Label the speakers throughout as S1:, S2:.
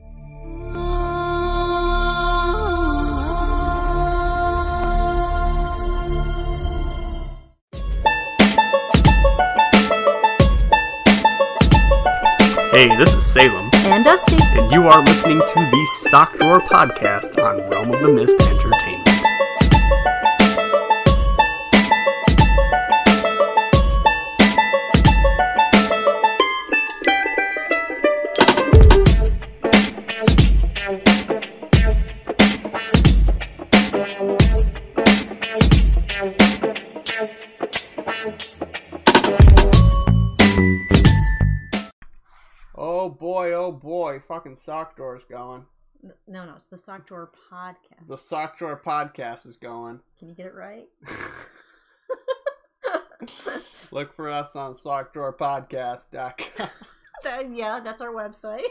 S1: Ah.
S2: Salem,
S1: and Dusty.
S2: and you are listening to the Sock Drawer Podcast on Realm of the Mist Entertainment.
S3: Oh boy, oh boy, fucking sock drawer's going.
S1: No, no, it's the Sock Drawer Podcast.
S3: The sock drawer podcast is going.
S1: Can you get it right?
S3: Look for us on sockdrawerpodcast.com.
S1: That- yeah, that's our website.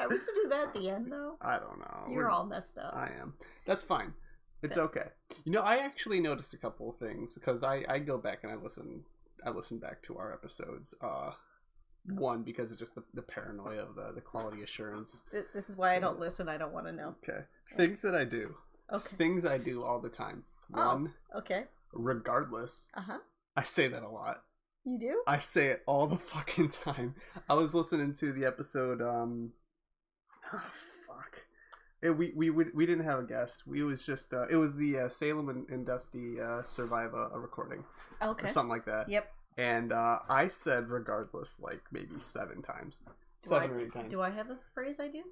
S1: I was to do that at the end, though.
S3: I don't know.
S1: You're
S3: Oh, We're-
S1: all messed up.
S3: I am. That's fine. It's okay. You know, I actually noticed a couple of things because I I go back and I listen I listen back to our episodes. Uh, one because of just the, the paranoia of the the quality assurance.
S1: Th- This is why I
S3: Mm.
S1: don't listen. I don't want to know.
S3: Okay. Things that I do.
S1: Okay.
S3: Things I do all the time.
S1: Oh.
S3: One,
S1: Okay.
S3: regardless.
S1: Uh huh.
S3: I say that a lot.
S1: You do?
S3: I say it all the fucking time. I was listening to the episode. Um, oh, fuck. It, we we would- we didn't have a guest. We was just uh, it was the uh, Salem and, and Dusty uh, Survivor uh, recording
S1: Okay.
S3: or something like that.
S1: Yep.
S3: And uh, I said regardless like maybe seven times,
S1: Do
S3: seven
S1: I-
S3: or eight times.
S1: Do I have a phrase I do?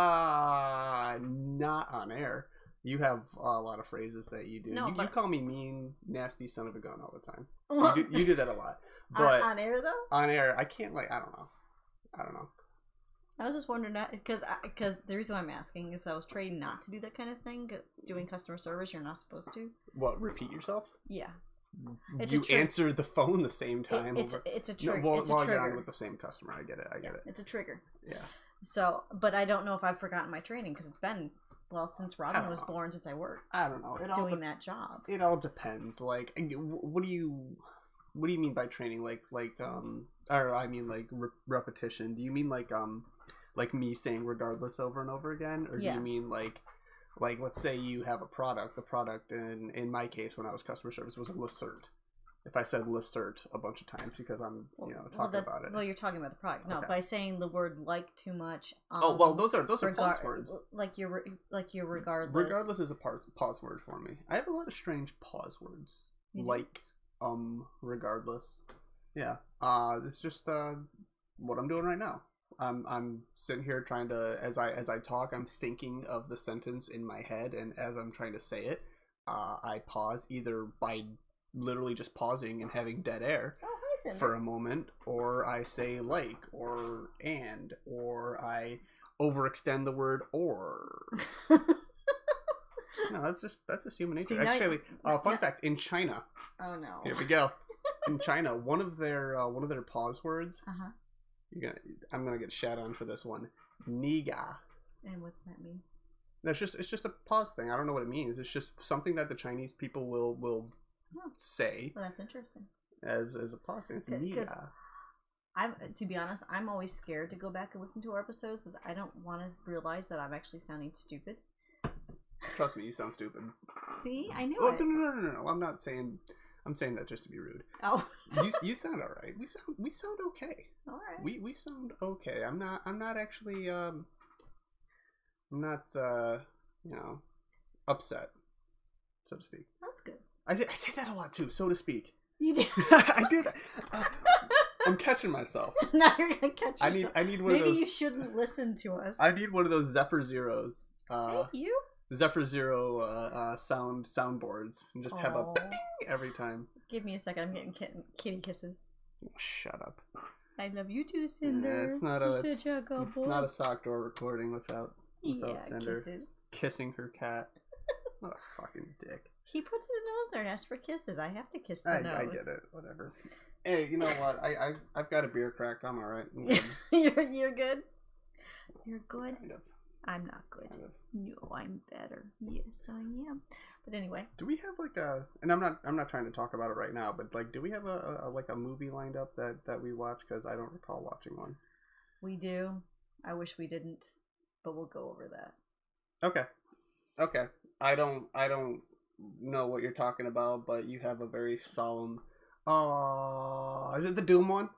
S3: Ah, not on air. You have a lot of phrases that you do.
S1: No,
S3: you, you
S1: but-
S3: call me mean, nasty son of a gun all the time.
S1: Well,
S3: You do, you do that a lot.
S1: on-
S3: But
S1: on air though.
S3: on air. I can't like I don't know. I don't know.
S1: I was just wondering because because the reason why I'm asking is I was trained not to do that kind of thing. 'cause Doing customer service, you're not supposed to.
S3: What? Repeat yourself.
S1: Yeah, It's a
S3: you
S1: trick.
S3: answer the phone the same
S1: It-
S3: time.
S1: it's
S3: over.
S1: it's a
S3: No,
S1: trigger.
S3: while-
S1: it's a
S3: while you're on
S1: trigger.
S3: with the same customer. I get it. I get it.
S1: It's a trigger.
S3: Yeah.
S1: So, but I don't know if I've forgotten my training because it's been well since Robin
S3: don't
S1: was
S3: know.
S1: born since I worked
S3: I don't know. It all
S1: doing
S3: de-
S1: that job.
S3: it all depends. Like, and you- wh- what do you what do you mean by training? Like like um or I mean like re- repetition. Do you mean like um like me saying regardless over and over again, or do
S1: Yeah.
S3: you mean like like let's say you have a product. The product in in my case when I was customer service was listert. If I said listert a bunch of times because I'm you know talking
S1: that's-
S3: about it.
S1: well, you're talking about the product. No,
S3: Okay.
S1: by saying the word like too much. Um,
S3: oh well, those are those are
S1: regar-
S3: pause words.
S1: Like you're re- like you're regardless.
S3: Regardless is a pause, pause word for me. I have a lot of strange pause words.
S1: You do?
S3: Like, um, regardless. Yeah. Uh, it's just uh, what I'm doing right now. I'm I'm sitting here trying to as I as I talk, I'm thinking of the sentence in my head, and as I'm trying to say it, uh, I pause either by literally just pausing and having dead air,
S1: Oh, hi, Cinder.
S3: for a moment, or I say like, or and, or I overextend the word or. No, that's just that's just human nature.
S1: See, now you-
S3: Actually, uh, fun
S1: now-
S3: fact: in China,
S1: oh no.
S3: here we go. In China, one of their uh, one of their pause words.
S1: Uh huh.
S3: You're gonna, I'm gonna get shat on for this one. Niga.
S1: And what's that mean?
S3: That's just it's just a pause thing. I don't know what it means. It's just something that the Chinese people will will
S1: Hmm.
S3: say
S1: Well, that's interesting.
S3: as as a pause thing. It's
S1: C- 'cause-
S3: niga.
S1: I'm to be honest, I'm always scared to go back and listen to our episodes because I don't want to realize that I'm actually sounding stupid.
S3: Trust me, you sound stupid.
S1: See, I knew
S3: Oh,
S1: it.
S3: no, no, no, no, no! I'm not saying. I'm saying that just to be rude.
S1: Oh,
S3: You, you sound all right. We sound we sound okay.
S1: all right.
S3: We we sound okay. I'm not I'm not actually um. I'm not uh you know upset, so to speak.
S1: That's good.
S3: I th- I say that a lot too, so to speak.
S1: You did.
S3: I did. Uh, I'm catching myself.
S1: now you're gonna catch yourself.
S3: I need I need one
S1: Maybe
S3: of those.
S1: you shouldn't listen to us.
S3: I need one of those Zephyr Zeros. Uh,
S1: Thank you.
S3: Zephyr Zero uh, uh, sound soundboards and just have a
S1: Aw.
S3: ping every time.
S1: Give me a second. I'm getting kitten, kitty kisses.
S3: Shut up.
S1: I love you too,
S3: Yeah,
S1: Cinder.
S3: it's not a it's, it's not a
S1: a
S3: sock door recording without without
S1: yeah,
S3: Cinder
S1: kisses.
S3: kissing her cat. what a fucking dick.
S1: He puts his nose there and asks for kisses. I have to kiss the
S3: I,
S1: nose.
S3: I get it. Whatever. Hey, you know what? I, I I've got a beer cracked. I'm all right. I'm good.
S1: you're you're good. You're good.
S3: kind of,
S1: I'm not good.
S3: kind of.
S1: No, I'm better. Yes, I am. But anyway,
S3: Do we have like a? And I'm not I'm not trying to talk about it right now, but like, do we have a, a like a movie lined up that that we watch? Because I don't recall watching one.
S1: we do. I wish we didn't, but we'll go over that.
S3: Okay. Okay. I don't I don't know what you're talking about, but you have a very solemn. Oh, is it the Doom one?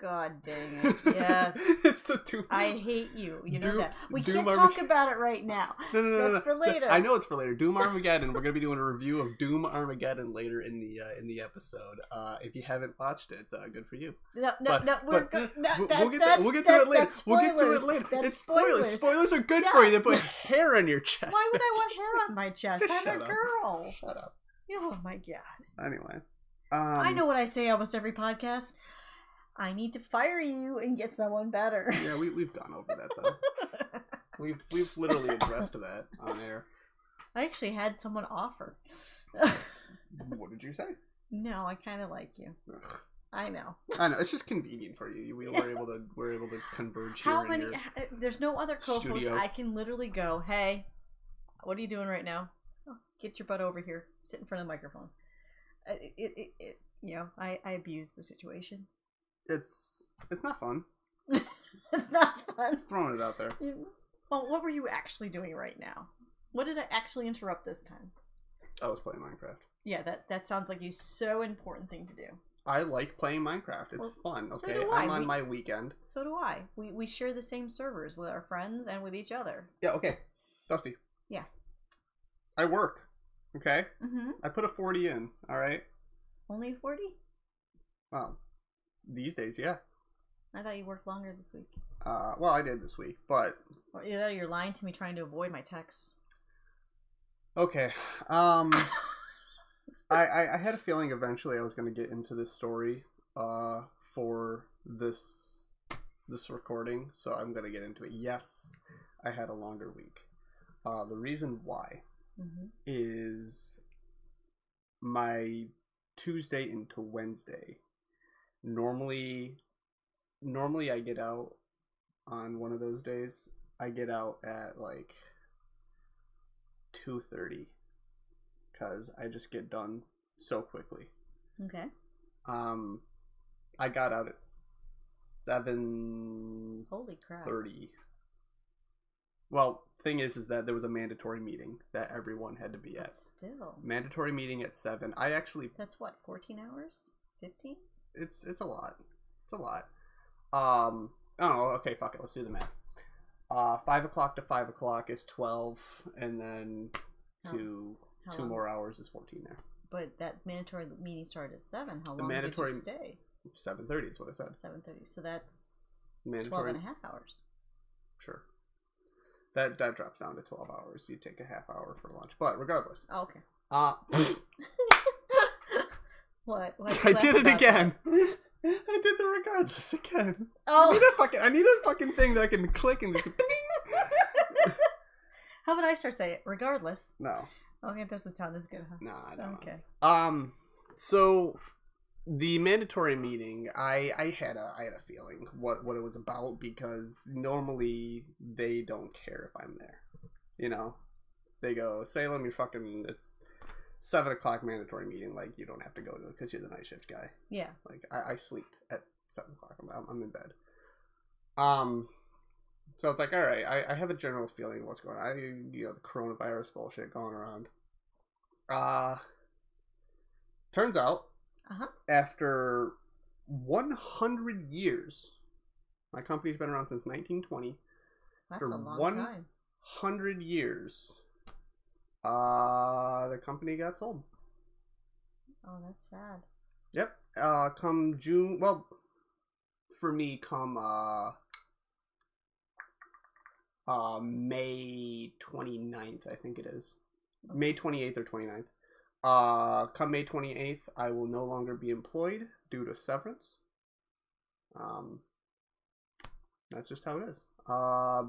S1: God dang it. Yes.
S3: it's the two.
S1: I hate you. You know
S3: Do-
S1: that. We
S3: do
S1: can't
S3: my-
S1: talk about it right now.
S3: No, no, no, no,
S1: That's
S3: no.
S1: for later.
S3: I know it's for later. Doom Armageddon. We're gonna be doing a review of Doom Armageddon later in the uh, in the episode. Uh, if you haven't watched it, uh, good for you.
S1: No, no,
S3: But-
S1: no. We're
S3: but
S1: go- that,
S3: we'll,
S1: that,
S3: we'll get
S1: that's,
S3: to, we'll get to
S1: that's,
S3: it later.
S1: That's
S3: We'll get to it
S1: spoilers.
S3: later.
S1: That's
S3: it's spoilers. Spoilers, are good
S1: Stop.
S3: for you. They put hair on your chest.
S1: Why would I want hair on my chest? I'm
S3: Shut
S1: a
S3: up.
S1: girl.
S3: Shut up.
S1: Oh my god.
S3: Anyway, um,
S1: I know what I say almost every podcast. I need to fire you and get someone better.
S3: Yeah, we we've gone over that though. we've we've literally addressed that on air.
S1: I actually had someone offer.
S3: What did you say?
S1: no, I kind of like you.
S3: Ugh.
S1: I know.
S3: I know it's just convenient for you. We were able to we're able to converge here.
S1: How
S3: in
S1: many?
S3: your-
S1: h- eh, There's no other co-host.
S3: studio.
S1: I can literally go, hey, what are you doing right now? Oh, get your butt over here. Sit in front of the microphone. I- It, it, it, it- you know, I, I abuse the situation.
S3: It's it's not fun.
S1: it's not fun.
S3: Throwing it out there.
S1: Well, what were you actually doing right now? What did I actually interrupt this time?
S3: I was playing Minecraft.
S1: Yeah, that that sounds like a so important thing to do.
S3: I like playing Minecraft. It's
S1: Well,
S3: fun.
S1: so
S3: Okay,
S1: do I.
S3: I'm on
S1: We-
S3: my weekend.
S1: So do I. We we share the same servers with our friends and with each other.
S3: Yeah. Okay. Dusty.
S1: Yeah.
S3: I work. Okay.
S1: Mm-hmm.
S3: I put a forty in. All right.
S1: Only forty?
S3: Well, these days, yeah.
S1: I thought you worked longer this week.
S3: Uh, well, I did this week, but
S1: Or either you're lying to me, trying to avoid my texts.
S3: Okay. Um
S1: Mm-hmm.
S3: I, I I had a feeling eventually I was going to get into this story uh for this this recording, so I'm going to get into it. Yes, I had a longer week. Uh the reason why
S1: Mm-hmm.
S3: is my Tuesday into Wednesday. Normally normally I get out on one of those days. I get out at like 2:30 cuz I just get done so quickly.
S1: Okay.
S3: Um I got out at 7
S1: Holy crap.
S3: 30 well thing is is that there was a mandatory meeting that everyone had to be
S1: But
S3: at
S1: still,
S3: mandatory meeting at 7 i actually
S1: that's what fourteen hours, fifteen.
S3: it's it's a lot it's a lot um oh okay fuck it let's do the math uh five o'clock to five o'clock is 12 and then
S1: How-
S3: two
S1: How
S3: two
S1: long?
S3: more hours is 14 there
S1: But that mandatory meeting started at seven. How
S3: The
S1: long
S3: mandatory-
S1: did you stay?
S3: 7.30 is what i said
S1: Seven thirty. So that's twelve
S3: Mandatory-
S1: and a half hours.
S3: sure that that drops down to 12 hours you take a half hour for lunch but regardless
S1: Oh, okay.
S3: uh
S1: what? Why'd you
S3: I
S1: laugh
S3: did it
S1: about that?
S3: again. I did the regardless again. I need
S1: Oh,
S3: a fucking. I need a fucking thing that I can click and just.
S1: how about I start saying it? Regardless.
S3: No,
S1: Okay, this is how this is gonna. happen.
S3: no, I don't.
S1: Okay.
S3: know. Um, so the mandatory meeting, I I had a I had a feeling what what it was about because normally they don't care if I'm there. You know, they go Salem, you're fucking. It's seven o'clock mandatory meeting. Like you don't have to go to it because you're the night shift guy.
S1: Yeah.
S3: Like I, I sleep at seven o'clock. I'm- I'm, I'm in bed. Um, so I was like, all right, I, I have a general feeling of what's going on. I, you know, the coronavirus bullshit going around. Uh, turns out
S1: Uh-huh.
S3: after 100 years, my company's been around since 1920.
S1: That's a
S3: After
S1: long
S3: one-
S1: time.
S3: 100 years, uh, the company got sold.
S1: Oh, that's sad.
S3: Yep. Uh, come June. Well, for me, come uh, uh, May 29th, I think it is. May 28th or 29th. Uh, come May 28th, I will no longer be employed due to severance. Um, that's just how it is. Uh,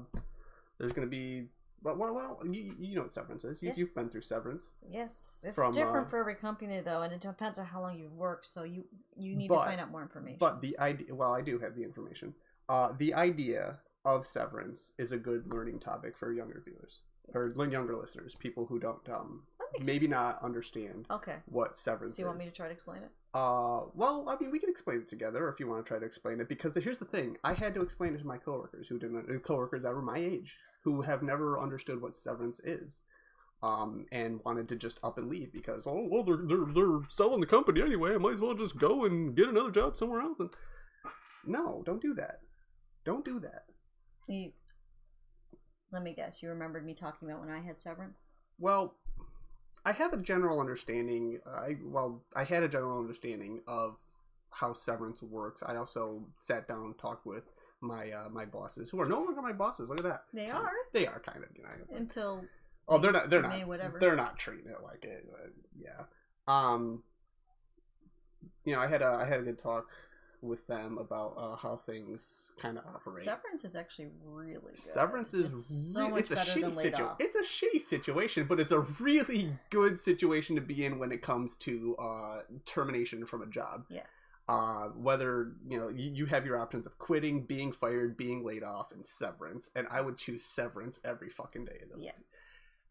S3: there's gonna be well, well, well you, you know what severance is. You, You've been through
S1: Yes.
S3: severance.
S1: Yes, it's
S3: From,
S1: different
S3: uh,
S1: for every company though, and it depends on how long you've worked. So you you need
S3: But-
S1: to find out more information.
S3: But the idea, well, I do have the information. Uh, the idea of severance is a good learning topic for younger viewers or li- younger listeners, people who don't um
S1: That makes-
S3: maybe not understand
S1: okay.
S3: what
S1: So
S3: severance
S1: you want
S3: is.
S1: me to try to explain it?
S3: Uh, well, I mean, we can explain it together if you want to try to explain it. Because here's the thing: I had to explain it to my coworkers who didn't, uh, coworkers that were my age, who have never understood what severance is, um, and wanted to just up and leave because oh well, they're they're they're selling the company anyway. I might as well just go and get another job somewhere else. And No, don't do that. Don't do that.
S1: You, let me guess. You remembered me talking about when I had severance?
S3: Well, I have a general understanding. I well, I had a general understanding of how severance works. I also sat down and talked with my uh, my bosses, who are no longer my bosses. Look at that.
S1: They are
S3: They are kind of denying it.
S1: until
S3: Oh, they're not. They're not.
S1: May, whatever.
S3: They're not treating it like it. uh, yeah. Um. You know, I had a I had a good talk with them about uh, how things kind of operate.
S1: severance is actually really good.
S3: Severance is
S1: It's so
S3: re-
S1: much
S3: it's a
S1: better
S3: shitty
S1: than laid
S3: situ-
S1: off.
S3: It's a shitty situation, but it's a really good situation to be in when it comes to uh, termination from a job.
S1: yes.
S3: Uh, whether you know you, you have your options of quitting, being fired, being laid off, and severance, and I would choose severance every fucking day. of the week.
S1: Yes.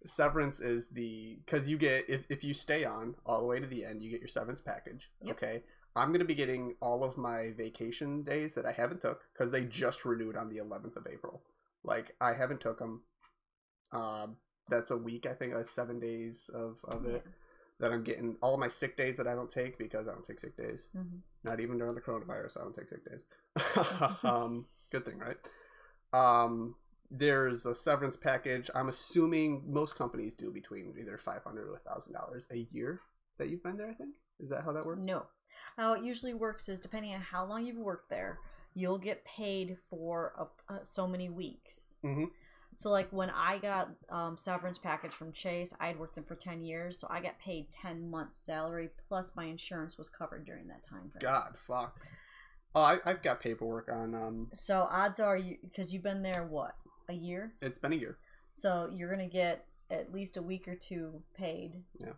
S3: Severance is the because you get if if you stay on all the way to the end, you get your severance package.
S1: Yep.
S3: Okay. I'm gonna be getting all of my vacation days that I haven't took because they just renewed on the 11th of April. Like I haven't took them. Um, that's a week I think, uh, seven days of of it that I'm getting. All my sick days that I don't take because I don't take sick days.
S1: Yeah. Mhm.
S3: Not even during the coronavirus, I don't take sick days.
S1: Mm-hmm.
S3: um, good thing, right? Um, there's a severance package. I'm assuming most companies do between either five hundred or thousand dollars a year that you've been there. I think is that how that works?
S1: No. How it usually works is depending on how long you've worked there, you'll get paid for a, uh, so many weeks.
S3: Mhm.
S1: So, like when I got um, severance package from Chase, I had worked them for ten years, so I got paid ten months salary plus my insurance was covered during that time frame.
S3: God, fuck. Oh, I, I've got paperwork on. Um,
S1: So odds are you because you've been there what a year,
S3: it's been a year.
S1: so you're gonna get at least a week or two paid.
S3: Yeah.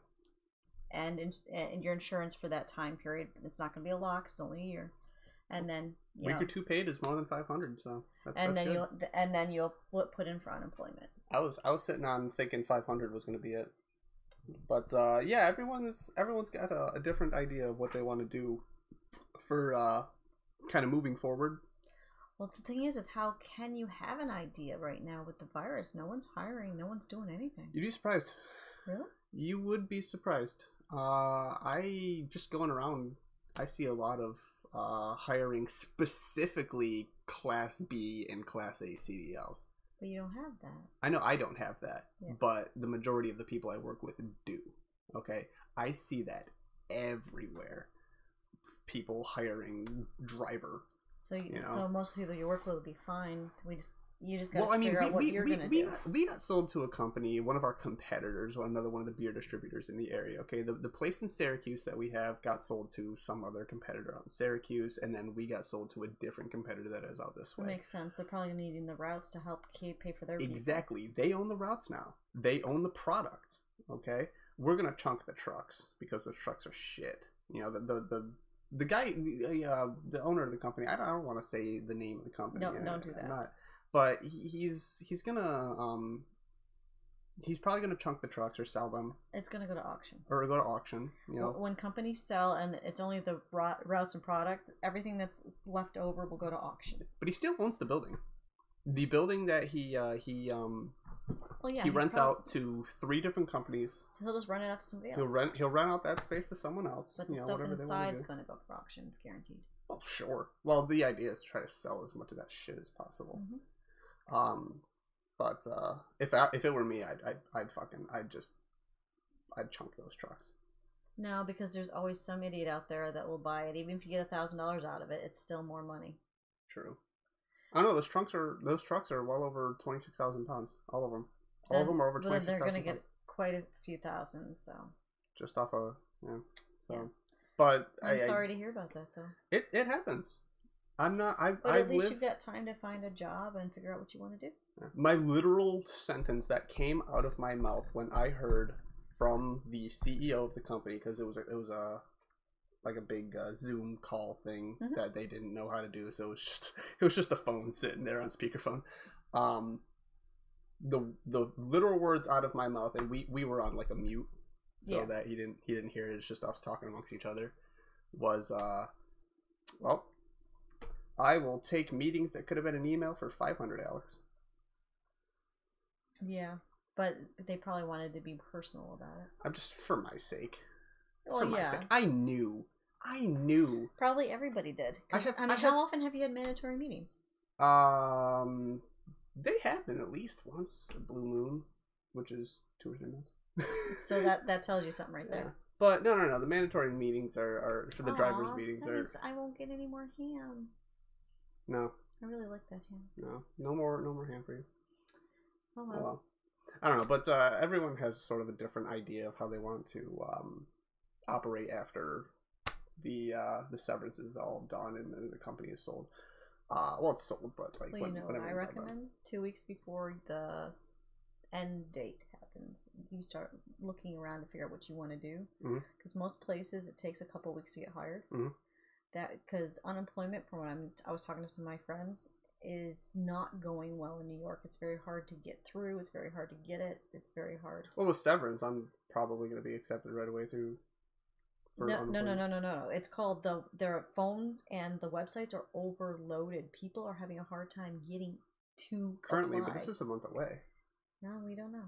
S1: And in, and your insurance for that time period, it's not gonna be a lot. 'cause It's only a year, and then you
S3: Week
S1: know,
S3: or two paid is more than five hundred. So that's,
S1: and
S3: that's
S1: then
S3: good.
S1: you'll th- and then you'll put put in for unemployment.
S3: I was I was sitting on thinking 500 was going to be it, but uh, yeah, everyone's everyone's got a, a different idea of what they want to do for uh, kind of moving forward.
S1: Well, the thing is, is how can you have an idea right now with the virus? No one's hiring. No one's doing anything.
S3: You'd be surprised.
S1: Really?
S3: You would be surprised. Uh, I just going around, I see a lot of uh, hiring specifically Class B and Class A CDLs.
S1: But you don't have that.
S3: I know I don't have that,
S1: Yeah.
S3: but the majority of the people I work with do. Okay, I see that everywhere. People hiring driver.
S1: So you,
S3: You know.
S1: so most people you work with will be fine. We just you just got to
S3: Well, I mean,
S1: figure
S3: we
S1: out what
S3: we,
S1: you're
S3: we,
S1: gonna
S3: we,
S1: do.
S3: got, we got sold to a company, one of our competitors, or another one of the beer distributors in the area. Okay, the the place in Syracuse that we have got sold to some other competitor out in Syracuse, and then we got sold to a different competitor that is out this way.
S1: Makes sense. They're probably needing the routes to help ca- pay for their people.
S3: Exactly. They own the routes now. They own the product. Okay. We're gonna chunk the trucks because the trucks are shit. You know the the the, the guy the, uh, the owner of the company. I don't, I don't want to say the name of the company.
S1: Don't-
S3: and
S1: don't do
S3: I'm
S1: that.
S3: Not, but he- he's he's gonna um he's probably gonna chunk the trucks or sell them
S1: It's gonna go to auction.
S3: or go to auction. You know.
S1: Wh- When companies sell and it's only the ro- routes and product, everything that's left over will go to auction.
S3: But he still owns the building. The building that he uh, he um
S1: Well, yeah,
S3: he
S1: he's
S3: rents
S1: prob-
S3: out to three different companies.
S1: So he'll just run it out to somebody else.
S3: He'll rent. He'll rent out that space to someone else.
S1: But the
S3: you know,
S1: stuff
S3: whatever they wanna
S1: inside's
S3: do.
S1: going to go for auction. It's guaranteed.
S3: Well, sure. Well, the idea is to try to sell as much of that shit as possible.
S1: Mhm.
S3: Um, but uh, if I, if it were me, I'd, I'd I'd fucking I'd just I'd chunk those trucks.
S1: No, because there's always some idiot out there that will buy it. Even if you get a thousand dollars out of it, it's still more money.
S3: True. I don't know. Those trunks are those trucks are well over twenty six thousand pounds. All of them. All of
S1: Then-
S3: them are over
S1: But then
S3: twenty
S1: they're
S3: six
S1: going to
S3: thousand
S1: get
S3: pounds.
S1: quite a few thousand. So
S3: Just off of yeah. So,
S1: Yeah.
S3: but I,
S1: I'm
S3: I-
S1: sorry to hear about that, though.
S3: it it happens. I'm not. I
S1: But
S3: I
S1: at least
S3: live...
S1: you've got time to find a job and figure out what you want to do.
S3: My literal sentence that came out of my mouth when I heard from the CEO of the company because it was a, it was a like a big uh, Zoom call thing
S1: Mhm.
S3: that they didn't know how to do, so it was just it was just a phone sitting there on speakerphone. Um, the the literal words out of my mouth, and we we were on like a mute so
S1: Yeah.
S3: that he didn't he didn't hear it. It's just us talking amongst each other. Was uh, well, I will take meetings that could have been an email for five hundred, Alex.
S1: Yeah. But they probably wanted to be personal about it.
S3: I'm just for my sake.
S1: Well,
S3: for my
S1: yeah.
S3: sake. I knew. I knew.
S1: Probably everybody did. 'Cause,
S3: I have-
S1: I mean,
S3: I
S1: how
S3: have-
S1: often have you had mandatory meetings?
S3: Um, they happen at least once a blue moon, which is two or three months.
S1: So that that tells you something right
S3: Yeah.
S1: there.
S3: But no, no, no. The mandatory meetings are, are for the drivers'
S1: Aw,
S3: meetings
S1: that
S3: are
S1: means I won't get any more ham.
S3: no,
S1: I really like that ham.
S3: no, no more, no more ham for you.
S1: Oh
S3: Oh,
S1: well.
S3: well. I don't know, but uh, everyone has sort of a different idea of how they want to um, operate after the uh, the severance is all done and the, the company is sold. Uh, well, it's sold, but like
S1: Well,
S3: when,
S1: you know what
S3: when
S1: I
S3: everything's all done.
S1: recommend? Two weeks before the s- end date happens, you start looking around to figure out what you want to do.
S3: Mhm.
S1: Because most places, it takes a couple weeks to get hired.
S3: Mhm.
S1: That because unemployment, from what I'm, I was talking to some of my friends, is not going well in New York. It's very hard to get through. It's very hard to get it. It's very hard.
S3: Well, with severance, I'm probably going to be accepted right away through. for
S1: No, no, no,
S3: unemployment.
S1: no, no, no, no. It's called the their phones and the websites are overloaded. People are having a hard time getting to
S3: Currently,
S1: apply.
S3: but it's just a month away.
S1: no, we don't know.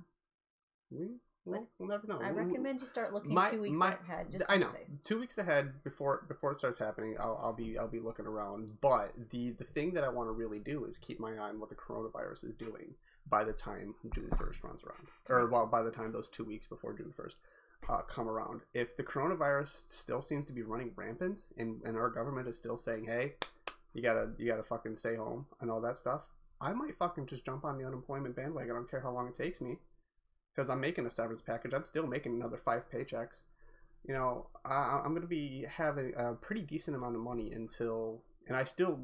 S3: We, we'll,
S1: What?
S3: we'll never know.
S1: I
S3: We- we-
S1: recommend you start looking
S3: my-
S1: two weeks
S3: my-
S1: ahead. Just
S3: I
S1: in
S3: know.
S1: case.
S3: Two weeks ahead before before it starts happening, I'll, I'll be I'll be looking around. But the the thing that I want to really do is keep my eye on what the coronavirus is doing by the time June first runs around, or well, by the time those two weeks before June first uh, come around. If the coronavirus still seems to be running rampant, and and our government is still saying, hey, you gotta you gotta fucking stay home and all that stuff, I might fucking just jump on the unemployment bandwagon. I don't care how long it takes me, because I'm making a severance package. I'm still making another five paychecks. You know, I, I'm gonna be having a pretty decent amount of money until, and I still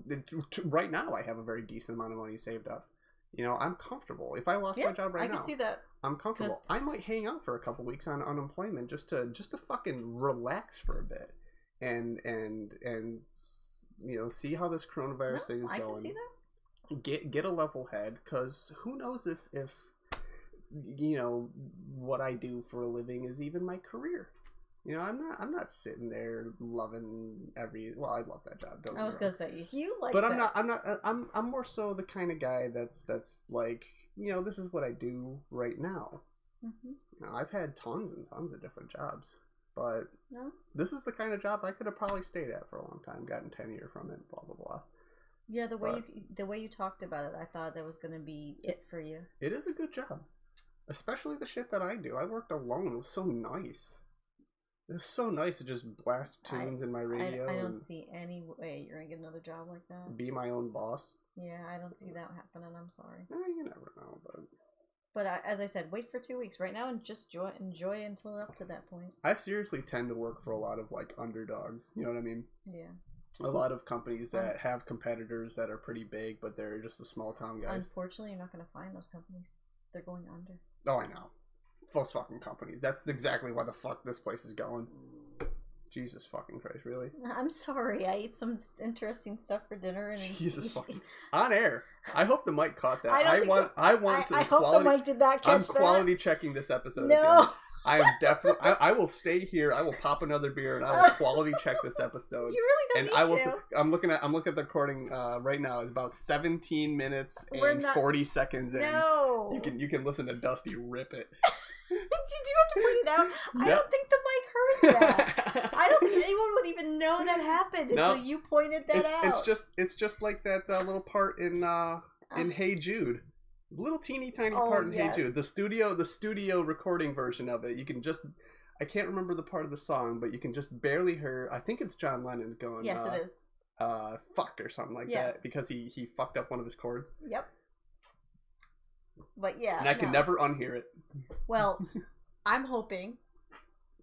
S3: t- right now I have a very decent amount of money saved up. You know, I'm comfortable. If I lost
S1: Yeah,
S3: my job right
S1: I
S3: now,
S1: can see that.
S3: I'm comfortable.
S1: 'Cause-
S3: I might hang out for a couple weeks on unemployment just to just to fucking relax for a bit, and and and s- you know see how this coronavirus
S1: No,
S3: thing is
S1: I
S3: going.
S1: can see that.
S3: Get get a level head, because who knows if if you know what I do for a living is even my career. You know, I'm not I'm not sitting there loving every. Well, I love that job. Don't get
S1: I
S3: me
S1: was
S3: wrong
S1: gonna say you like.
S3: but I'm
S1: that.
S3: not. I'm not. I'm. I'm more so the kind of guy that's that's like you know this is what I do right now.
S1: Mhm.
S3: You know, I've had tons and tons of different jobs, but
S1: No,
S3: this is the kind of job I could have probably stayed at for a long time, gotten tenure from it, blah blah blah.
S1: yeah. The way
S3: But-
S1: you the way you talked about it, I thought that was gonna be it for you.
S3: It is a good job, especially the shit that I do. I worked alone. It was so nice. It was so nice to just blast
S1: I-
S3: tunes in my
S1: I,
S3: radio
S1: I don't
S3: and
S1: see any way you're gonna get another job like that.
S3: be my own boss.
S1: Yeah, I don't see that happening. I'm sorry,
S3: Eh, you never know, but
S1: but I, as I said, wait for two weeks right now and just enjoy enjoy until up to that point.
S3: I seriously tend to work for a lot of like underdogs. You know what I mean?
S1: Yeah,
S3: a lot of companies
S1: Um,
S3: that have competitors that are pretty big, but they're just the small
S1: um,
S3: town guys.
S1: unfortunately, you're not gonna find those companies. They're going under.
S3: oh, I know. Those fucking companies. That's exactly why the fuck this place is going. Jesus fucking Christ, really?
S1: I'm sorry. I ate some interesting stuff for dinner and
S3: Jesus fucking on air. I hope the mic caught that.
S1: I don't
S3: I,
S1: think
S3: want. I
S1: I,
S3: want to
S1: I hope
S3: quality.
S1: the mic did not catch
S3: I'm
S1: that.
S3: quality checking this episode.
S1: no,
S3: again. I am definitely. I, I will stay here. I will pop another beer, and I will quality check this
S1: you
S3: episode.
S1: really don't
S3: and
S1: need
S3: I will.
S1: to.
S3: s I'm looking at. I'm looking at the recording uh, right now. It's about 17 minutes
S1: We're
S3: and
S1: not-
S3: 40 seconds in.
S1: no,
S3: You can you can listen to Dusty rip it.
S1: Did you have to point it out? I
S3: No.
S1: don't think the mic heard that. I don't think anyone would even know that happened
S3: No.
S1: until you pointed that
S3: it's,
S1: out.
S3: it's just it's just like that uh, little part in uh, in
S1: Uh,
S3: Hey Jude, little teeny tiny
S1: Oh,
S3: part in
S1: yes.
S3: Hey Jude. The studio the studio recording version of it. You can just I can't remember the part of the song, but you can just barely hear. I think it's John Lennon going.
S1: yes,
S3: uh,
S1: it is.
S3: Uh, fuck or something like
S1: Yes.
S3: that because he he fucked up one of his chords,
S1: Yep. But yeah,
S3: and I can
S1: no.
S3: never unhear
S1: Well, I'm hoping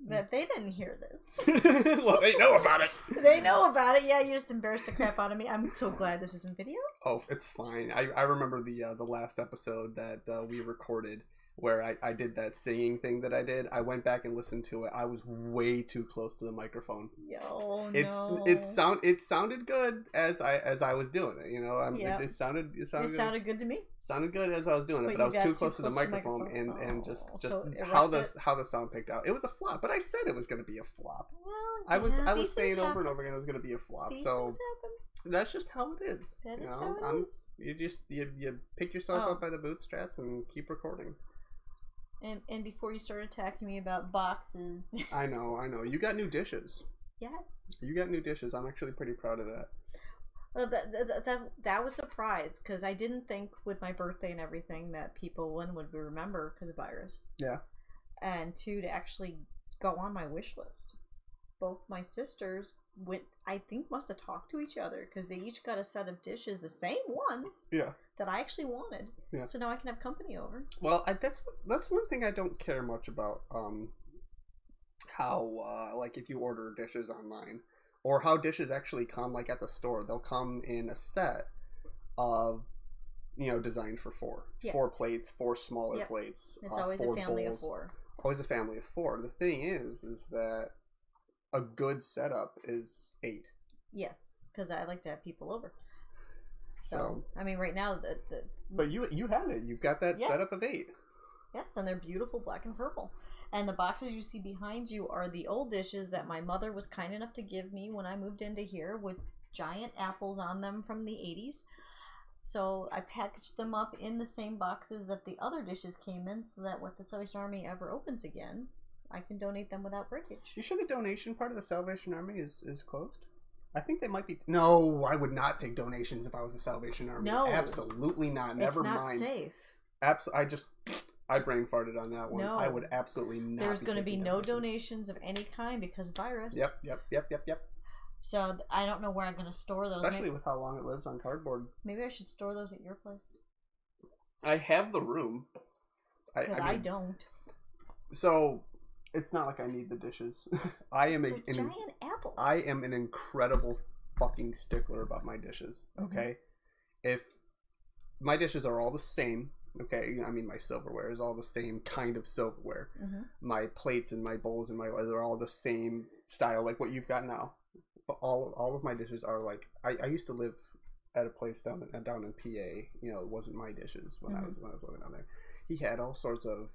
S1: that they didn't hear this.
S3: it. well, they know about it.
S1: they know about it. Yeah, you just embarrassed the crap out of me. I'm so glad this isn't video.
S3: Oh, it's fine. I, I remember the uh, the last episode that uh, we recorded where I, I did that singing thing that I did. I went back and listened to it. I was way too close to the microphone.
S1: Yo,
S3: It's
S1: no.
S3: it sound it sounded good as I as I was doing it. You know, I'm,
S1: Yeah.
S3: it, it sounded it sounded
S1: it
S3: good.
S1: sounded good to me.
S3: sounded good as I was doing it,
S1: But
S3: but,
S1: you
S3: I was
S1: got
S3: too
S1: too
S3: close to the
S1: close to the
S3: microphone,
S1: microphone.
S3: and and just
S1: Oh,
S3: just
S1: so it
S3: how
S1: wrecked
S3: the how the sound picked out. It was a flop, but I said it was going to be a flop.
S1: Well,
S3: I was
S1: yeah,
S3: I was
S1: these things
S3: saying over
S1: happen.
S3: and over again it was going to be a flop.
S1: These
S3: so
S1: things happen.
S3: that's just how it is.
S1: That
S3: you
S1: is
S3: know?
S1: how it
S3: I'm-
S1: is.
S3: You just you, you pick yourself
S1: Oh.
S3: up by the bootstraps and keep recording.
S1: And and before you start attacking me about boxes,
S3: I know, I know. You got new dishes.
S1: Yes.
S3: You got new dishes. I'm actually pretty proud of that.
S1: Well, that, that, that, that was a surprise because I didn't think with my birthday and everything that people one would remember because of virus.
S3: Yeah.
S1: And two to actually go on my wish list. Both my sisters went. I think must have talked to each other because they each got a set of dishes, the same ones.
S3: Yeah.
S1: That I actually wanted.
S3: Yeah.
S1: So now I can have company over.
S3: Well, I, that's what- that's one thing I don't care much about. Um, how uh, like if you order dishes online, or how dishes actually come like at the store, they'll come in a set of you know designed for four, four
S1: Yes.
S3: plates, four smaller
S1: Yep.
S3: plates.
S1: It's
S3: uh,
S1: always a
S3: four
S1: family
S3: bowls.
S1: of four.
S3: Always a family of four. The thing is, is that a good setup is eight.
S1: Yes, because I like to have people over. So,
S3: So-
S1: I mean, right now the, the
S3: But you you had it. You've got that setup of
S1: Yes.
S3: eight.
S1: Yes, and they're beautiful black and purple. And the boxes you see behind you are the old dishes that my mother was kind enough to give me when I moved into here with giant apples on them from the 80s. So I packaged them up in the same boxes that the other dishes came in so that when the Salvation Army ever opens again, I can donate them without breakage.
S3: You sure the donation part of the Salvation Army is is closed? I think they might be. No, I would not take donations if I was the Salvation Army.
S1: No.
S3: absolutely not. Never
S1: it's not
S3: mind.
S1: safe.
S3: Abs- I just I brain farted on that one.
S1: No.
S3: I would absolutely not.
S1: There's going to be
S3: taking
S1: no donations
S3: donations.
S1: of any kind because virus.
S3: Yep, yep, yep, yep, yep.
S1: So th- I don't know where I'm going to store those.
S3: Especially
S1: Maybe,
S3: with how long it lives on cardboard.
S1: maybe I should store those at your place
S3: I have the room. I,
S1: because
S3: I,
S1: I
S3: mean,
S1: don't.
S3: So it's not like I need the dishes. I am a,
S1: They're
S3: an
S1: giant apples.
S3: I am an incredible fucking stickler about my dishes.
S1: Mhm.
S3: Okay, if my dishes are all the same, okay, I mean my silverware is all the same kind of silverware.
S1: Mhm.
S3: My plates and my bowls and my they're all the same style, like what you've got now. But all all of my dishes are like I, I used to live at a place down in, down in PA. You know, it wasn't my dishes when I was when I was living down there. He had all sorts of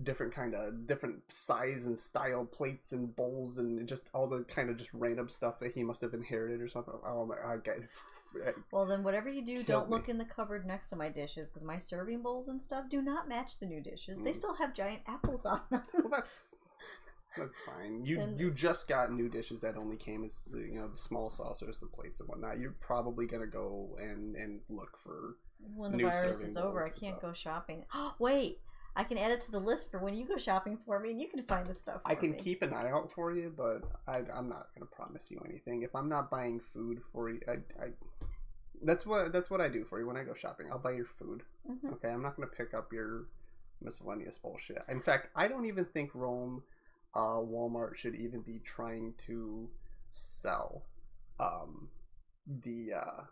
S3: different kind of different size and style plates and bowls and just all the kind of just random stuff that he must have inherited or something. Oh my god, God.
S1: Well, then, whatever you do,
S3: Killed
S1: don't look in the cupboard next to my dishes because my serving bowls and stuff do not match the new dishes. They
S3: Mm.
S1: still have giant apples on them.
S3: well, that's that's fine. You
S1: And-
S3: you just got new dishes that only came as the, you know the small saucers, the plates and whatnot. You're probably gonna go and and look for
S1: When the
S3: New
S1: virus
S3: serving
S1: is over, I
S3: bowls and
S1: can't
S3: stuff.
S1: go shopping. Wait, I can add it to the list for when you go shopping for me, and you can find the stuff.
S3: I
S1: for
S3: can
S1: me.
S3: keep an eye out for you, but I, I'm not gonna promise you anything. If I'm not buying food for you, I, I that's what that's what I do for you when I go shopping. I'll buy your food.
S1: Mhm.
S3: Okay, I'm not gonna pick up your miscellaneous bullshit. In fact, I don't even think Rome, uh, Walmart should even be trying to sell, um, the uh,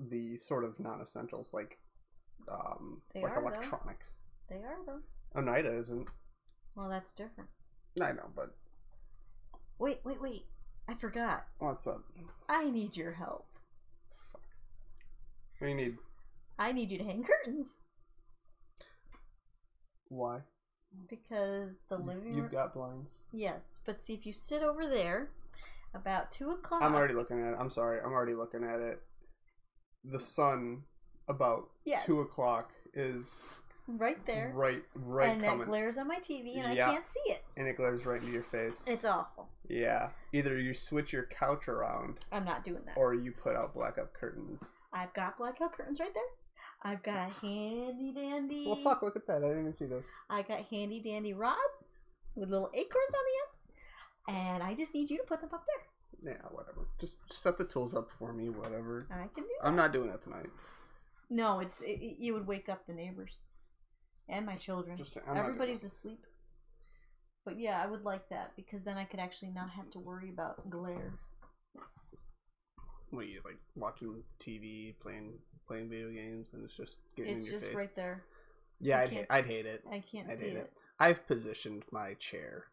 S3: the sort of non-essentials like, um,
S1: They
S3: like
S1: are, though.
S3: electronics.
S1: They are though.
S3: Oneida isn't.
S1: Well, that's different.
S3: I know, but
S1: Wait, wait, wait! I forgot.
S3: what's up?
S1: I need your help.
S3: We need
S1: I need you to hang curtains
S3: why.
S1: because the
S3: You-
S1: living room.
S3: You've got blinds.
S1: Yes, but see if you sit over there, about two o'clock.
S3: I'm already looking at it. I'm sorry. I'm already looking at it. The sun about
S1: Yes.
S3: two o'clock is
S1: right there.
S3: right, right
S1: and
S3: coming,
S1: that glares on my TV and
S3: Yeah.
S1: I can't see it.
S3: and it glares right into your face.
S1: It's awful.
S3: Yeah. Either you switch your couch around,
S1: I'm not doing that.
S3: or you put out blackout curtains.
S1: I've got blackout curtains right there. I've got handy dandy.
S3: Well, fuck! Look at that. I didn't even see those.
S1: I got handy dandy rods with little acorns on the end, and I just need you to put them up there.
S3: Yeah, whatever. Just set the tools up for me. Whatever.
S1: I can do. That.
S3: I'm not doing that tonight.
S1: No, it's it, it- you would wake up the neighbors and my children.
S3: Just I'm not doing
S1: Everybody's asleep. But yeah, I would like that because then I could actually not have to worry about glare.
S3: that. What are you like watching TV, playing playing video games, and it's just getting
S1: It's
S3: in your
S1: just
S3: face.
S1: right there.
S3: yeah,
S1: you
S3: I'd, ha-
S1: can't-
S3: I'd hate it.
S1: I can't
S3: I'd
S1: see
S3: hate
S1: it.
S3: it. I've positioned my chair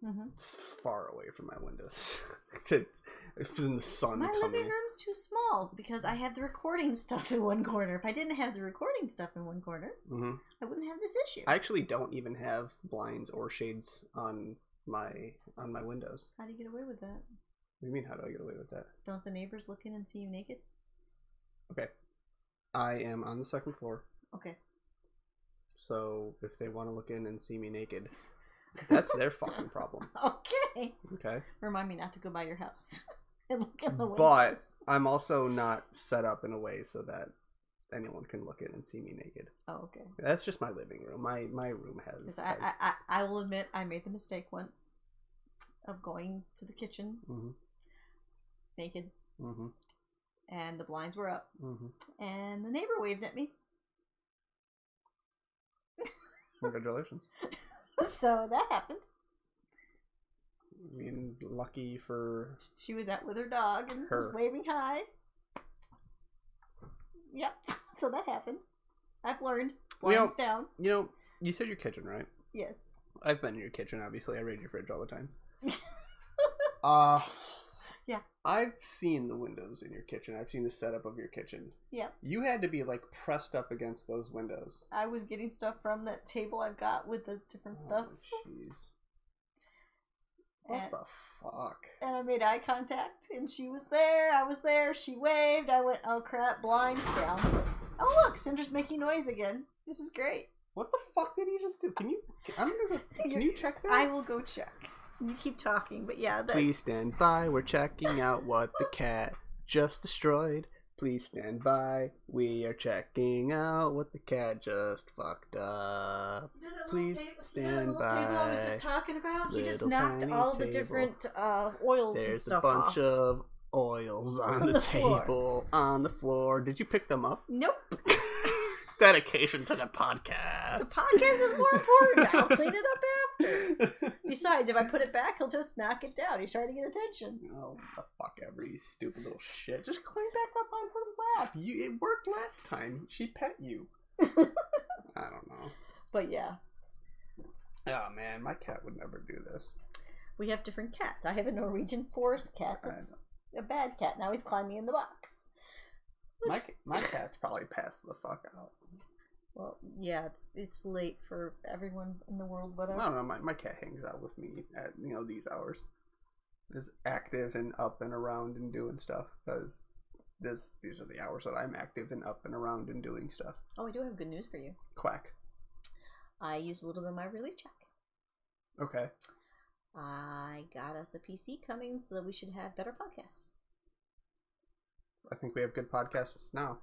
S1: hmm
S3: s- far away from my windows. it's from the sun
S1: My
S3: coming.
S1: living room's too small because I have the recording stuff in one corner. If I didn't have the recording stuff in one corner,
S3: Mhm.
S1: I wouldn't have this issue.
S3: I actually don't even have blinds or shades on my on my windows.
S1: How do you get away with that?
S3: What do you mean? How do I get away with that?
S1: Don't the neighbors look in and see you naked?
S3: Okay, I am on the second floor,
S1: Okay.
S3: so if they want to look in and see me naked, That's their fucking problem.
S1: Okay.
S3: Okay.
S1: Remind me not to go by your house and look in the
S3: But
S1: windows.
S3: I'm also not set up in a way so that anyone can look in and see me naked.
S1: Oh, okay.
S3: That's just my living room. My my room has.
S1: 'Cause I,
S3: has-
S1: I, I, I will admit I made the mistake once of going to the kitchen
S3: Mhm,
S1: naked
S3: mhm,
S1: and the blinds were up
S3: mhm.
S1: and the neighbor waved at me.
S3: Congratulations.
S1: so that happened.
S3: I mean, lucky for
S1: She was out with her dog and was
S3: Her.
S1: waving hi. Yep. So that happened. I've learned.
S3: We all-
S1: Blinds down.
S3: you know. You said your kitchen, right?
S1: Yes.
S3: I've been in your kitchen, obviously. I raid your fridge all the time. uh
S1: Yeah.
S3: I've seen the windows in your kitchen. I've seen the setup of your kitchen.
S1: Yep.
S3: You had to be like pressed up against those windows.
S1: I was getting stuff from that table I've got with the different stuff.
S3: Oh, Jeez. What
S1: And-
S3: the fuck?
S1: and I made eye contact, and she was there. I was there. She waved. I went, oh crap, blinds down. Oh look, Cinder's making noise again. This is great.
S3: What the fuck did he just do? Can you? I'm gonna. go- Can you check that?
S1: I will go check. You keep talking, but yeah, the,
S3: Please stand by. We're checking out what the cat just destroyed. Please stand by. We are checking out what the cat just fucked up.
S1: You know that
S3: Please
S1: little table-
S3: stand
S1: you know that little table I was
S3: by.
S1: just talking about. He just
S3: Little
S1: knocked
S3: tiny
S1: all the
S3: table.
S1: different uh, oils and
S3: There's a
S1: stuff
S3: bunch
S1: off.
S3: of oils on,
S1: On
S3: the,
S1: the floor.
S3: table, on the floor. Did you pick them up?
S1: Nope.
S2: Dedication to the
S1: The
S2: podcast.
S1: podcast is more important. I'll clean it up after. Besides, if I put it back, he'll just knock it down. He's trying to get attention.
S3: Oh, the fuck ever, you stupid little shit. Just climb back up on her lap. You, it worked last time. She pet you. I don't know.
S1: But yeah,
S3: Oh man, my cat would never do this.
S1: We have different cats. I have a Norwegian forest cat
S3: I
S1: that's a bad cat. Now he's climbing in the box.
S3: My
S1: Let's-
S3: ca- my cat's probably passed the fuck out.
S1: Well, yeah, it's it's late for everyone in the world but us.
S3: I don't know. My, my cat hangs out with me at you know these hours. Is active and up and around and doing stuff because this these are the hours that I'm active and up and around and doing stuff.
S1: Oh, I do have good news for you.
S3: Quack.
S1: I used a little bit of my relief check.
S3: Okay.
S1: I got us a PC coming so that we should have better podcasts.
S3: I think we have good podcasts now.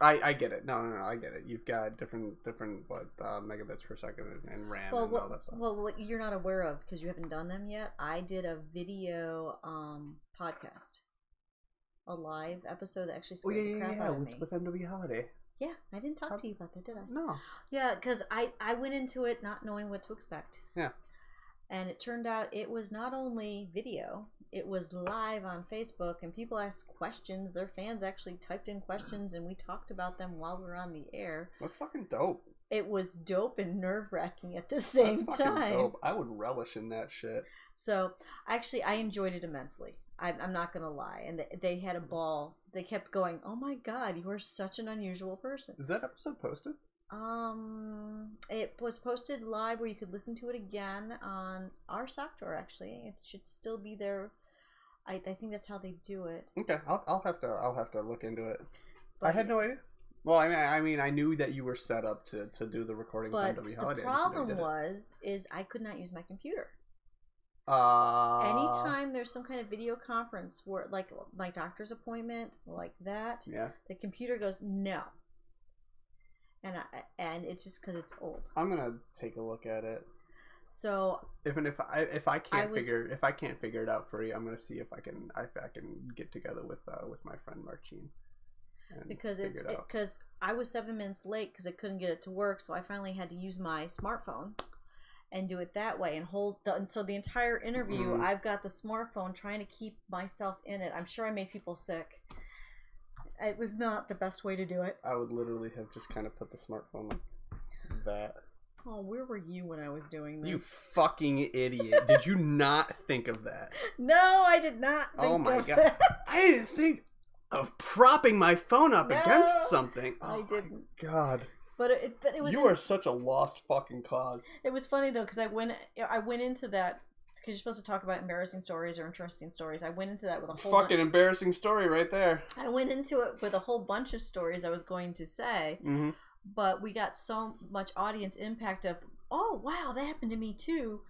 S3: I I get it. No no no. I get it. You've got different different what uh, megabits per second and, and RAM
S1: well,
S3: and all that
S1: what,
S3: stuff.
S1: well, what you're not aware of because you haven't done them yet. I did a video um podcast, a live episode that actually
S3: oh
S1: scared
S3: yeah
S1: the
S3: yeah
S1: crap
S3: yeah.
S1: out of
S3: With,
S1: me.
S3: with MW Holiday.
S1: Yeah, I didn't talk to you about that, did I?
S3: No.
S1: Yeah, because I I went into it not knowing what to expect.
S3: Yeah.
S1: And it turned out it was not only video; it was live on Facebook, and people asked questions. Their fans actually typed in questions, and we talked about them while we were on the air.
S3: That's fucking dope.
S1: It was dope and nerve wracking at the same
S3: That's fucking
S1: time.
S3: dope. I would relish in that shit.
S1: So actually, I enjoyed it immensely. I, I'm not gonna lie, and they, they had a ball. They kept going. Oh my god, you are such an unusual person.
S3: Is that episode posted?
S1: Um, it was posted live where you could listen to it again on our sock drawer. Actually, it should still be there. I, I think that's how they do it.
S3: Okay, I'll, I'll have to I'll have to look into it. I
S1: But-
S3: had no idea. Well, I mean, I I mean, I knew that you were set up to, to do the recording with
S1: But
S3: MW
S1: the
S3: Holiday. I just never
S1: problem
S3: did it.
S1: was, is I could not use my computer.
S3: uh,
S1: Anytime there's some kind of video conference where, like, my doctor's appointment, like that,
S3: Yeah,
S1: the computer goes no. And I, and it's just because it's old.
S3: I'm gonna take a look at it.
S1: So
S3: If and if I if I can't
S1: was-
S3: figure if I can't figure it out for you, I'm gonna see if I can if I can get together with uh, with my friend Marcin. and
S1: because
S3: figure
S1: it's
S3: it out.
S1: because I was seven minutes late because I couldn't get it to work, so I finally had to use my smartphone and do it that way and hold. The, and so the entire interview,
S3: Mhm.
S1: I've got the smartphone trying to keep myself in it. I'm sure I made people sick. It was not the best way to do it.
S3: I would literally have just kind of put the smartphone like that.
S1: Oh, where were you when I was doing this?
S3: You fucking idiot! Did you not think of that?
S1: No, I did not.
S3: Oh
S1: think
S3: my
S1: of
S3: God.
S1: that.
S3: I didn't think of propping my phone up
S1: No,
S3: against something.
S1: I
S3: Oh my
S1: didn't.
S3: God,
S1: But it, but it was
S3: you
S1: in-
S3: are such a lost fucking cause.
S1: It was funny though because I went I went into that because you're supposed to talk about embarrassing stories or interesting stories. I went into that with a whole
S3: Fucking embarrassing story right there.
S1: I went into it with a whole bunch of stories I was going to say,
S3: Mm-hmm.
S1: but we got so much audience impact of, oh wow, that happened to me too.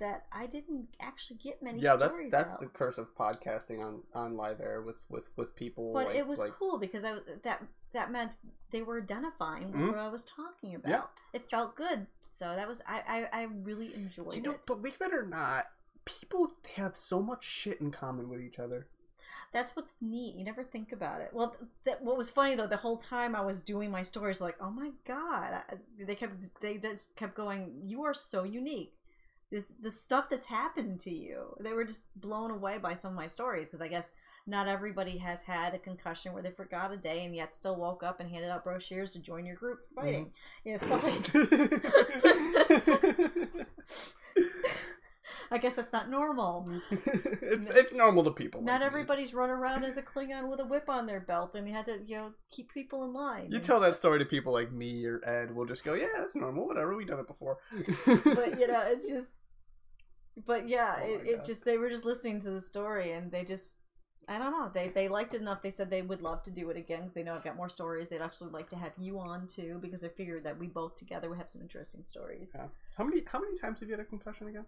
S1: That I didn't actually get many.
S3: yeah, that's
S1: stories
S3: that's
S1: out.
S3: the curse of podcasting on on live air with with with people.
S1: But
S3: like-
S1: it was
S3: like,
S1: cool because I that that meant they were identifying
S3: Mhm.
S1: what I was talking about.
S3: Yeah.
S1: It felt good. So that was I I, I really enjoyed
S3: You know,
S1: it.
S3: believe it or not, people have so much shit in common with each other.
S1: That's what's neat. You never think about it. Well, th- that what was funny though. The whole time I was doing my stories, like, oh my god, I, they kept they just kept going. You are so unique. This the stuff that's happened to you. They were just blown away by some of my stories because I guess not everybody has had a concussion where they forgot a day and yet still woke up and handed out brochures to join your group for
S3: Mm-hmm.
S1: fighting. You know, stuff like I guess that's not normal.
S3: it's it's normal to people. like
S1: Not
S3: me.
S1: everybody's run around as a Klingon with a whip on their belt, and you had to, you know, keep people in line.
S3: You
S1: and
S3: tell that
S1: stuff.
S3: story to people like me or Ed, we'll just go, yeah, that's normal, whatever, we've done it before.
S1: but you know, it's just. But yeah,
S3: Oh
S1: it,
S3: my
S1: it
S3: God.
S1: just they were just listening to the story, and they just, I don't know, they they liked it enough. They said they would love to do it again because they know I've got more stories. They'd actually like to have you on too because they figured that we both together would have some interesting stories.
S3: Yeah. how many how many times have you had a concussion again?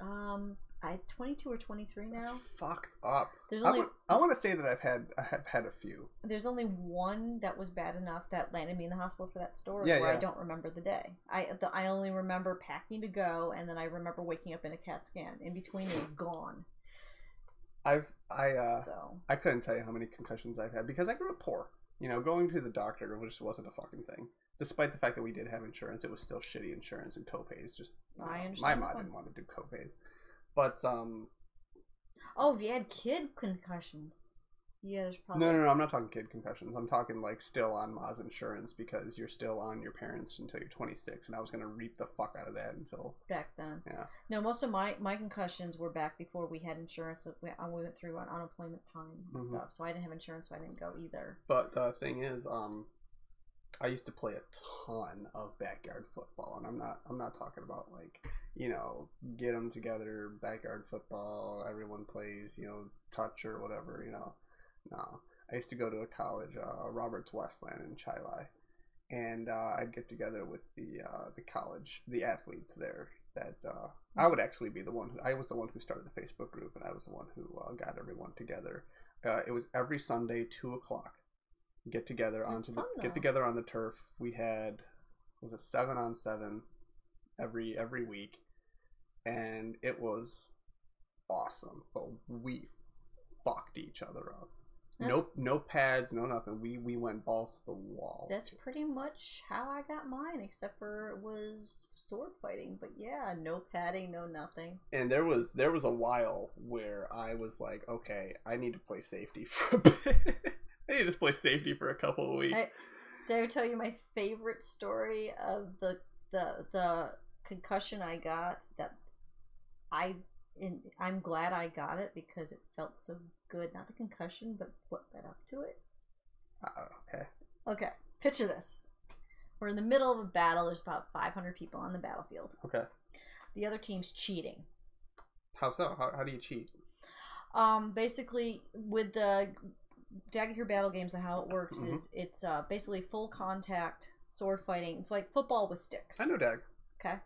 S1: Um, I twenty two or twenty three
S3: That's
S1: now.
S3: fucked up.
S1: There's
S3: I
S1: only
S3: want, I want to say that I've had I have had a few.
S1: there's only one that was bad enough that landed me in the hospital for that story
S3: Yeah,
S1: where I
S3: yeah.
S1: don't remember the day. I the, I only remember packing to go, and then I remember waking up in a CAT scan. In between is gone.
S3: I've I uh
S1: so
S3: I couldn't tell you how many concussions I've had because I grew up poor. You know, going to the doctor just wasn't a fucking thing. Despite the fact that we did have insurance, it was still shitty insurance and copays. Just you
S1: I
S3: know, my
S1: understand
S3: mom
S1: that.
S3: didn't want to do copays, but um,
S1: oh, you had kid concussions. Yeah, there's probably
S3: no, no, no, I'm not talking kid concussions. I'm talking like still on Ma's insurance because you're still on your parents until you're 26, and I was gonna reap the fuck out of that until
S1: back then.
S3: Yeah.
S1: No, most of my my concussions were back before we had insurance. so We, I went through on unemployment time and
S3: Mhm.
S1: stuff, so I didn't have insurance, so I didn't go either.
S3: But the thing is, um, I used to play a ton of backyard football, and I'm not I'm not talking about like you know get them together backyard football. Everyone plays you know touch or whatever you know. No, I used to go to a college, uh, Roberts Westland in Chilai, and uh, I'd get together with the uh, the college the athletes there. That uh, I would actually be the one. Who, I was the one who started the Facebook group, and I was the one who uh, got everyone together. Uh, it was every Sunday, two o'clock. Get together
S1: That's
S3: onto the,
S1: fun, though.
S3: get together on the turf. We had was a seven on seven every every week, and it was awesome. But we fucked each other up.
S1: That's-
S3: Nope, no pads, no nothing. We we went balls to the wall.
S1: That's pretty much how I got mine, except for it was sword fighting. But yeah, no padding, no nothing.
S3: and there was there was a while where I was like, okay, I need to play safety for a bit. I need to play safety for a couple of weeks.
S1: I- Did I ever tell you my favorite story of the the the concussion I got? That I in, I'm glad I got it because it felt so good. Not the concussion, but what led up to it.
S3: Ah, okay.
S1: Okay, picture this: we're in the middle of a battle. There's about 500 people on the battlefield.
S3: Okay.
S1: The other team's cheating.
S3: How so? How, how do you cheat?
S1: um basically with the dagger Hero battle games and how it works
S3: Mhm.
S1: is it's uh basically full contact sword fighting it's like football with sticks
S3: I know Dag.
S1: okay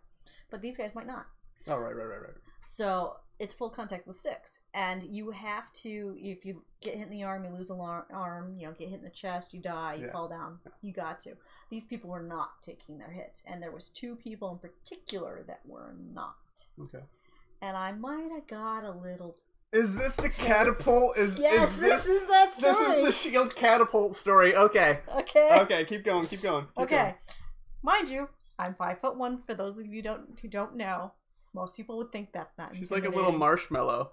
S1: but these guys might not
S3: Oh right, right, right, right.
S1: so it's full contact with sticks and you have to if you get hit in the arm you lose an ar- arm you know get hit in the chest you die you
S3: Yeah.
S1: fall down you got to these people were not taking their hits and there was two people in particular that were not
S3: Okay.
S1: and i might have got a little
S3: Is this the catapult? Is
S1: yes
S3: is
S1: this,
S3: this
S1: is that
S3: this
S1: story
S3: is the shield catapult story? Okay.
S1: okay
S3: Okay. Keep going. Keep going. keep
S1: Okay. Mind you, I'm five foot one. For those of you don't who don't know, most people would think that's not.
S3: going. She's like a little
S1: intimidating.
S3: marshmallow.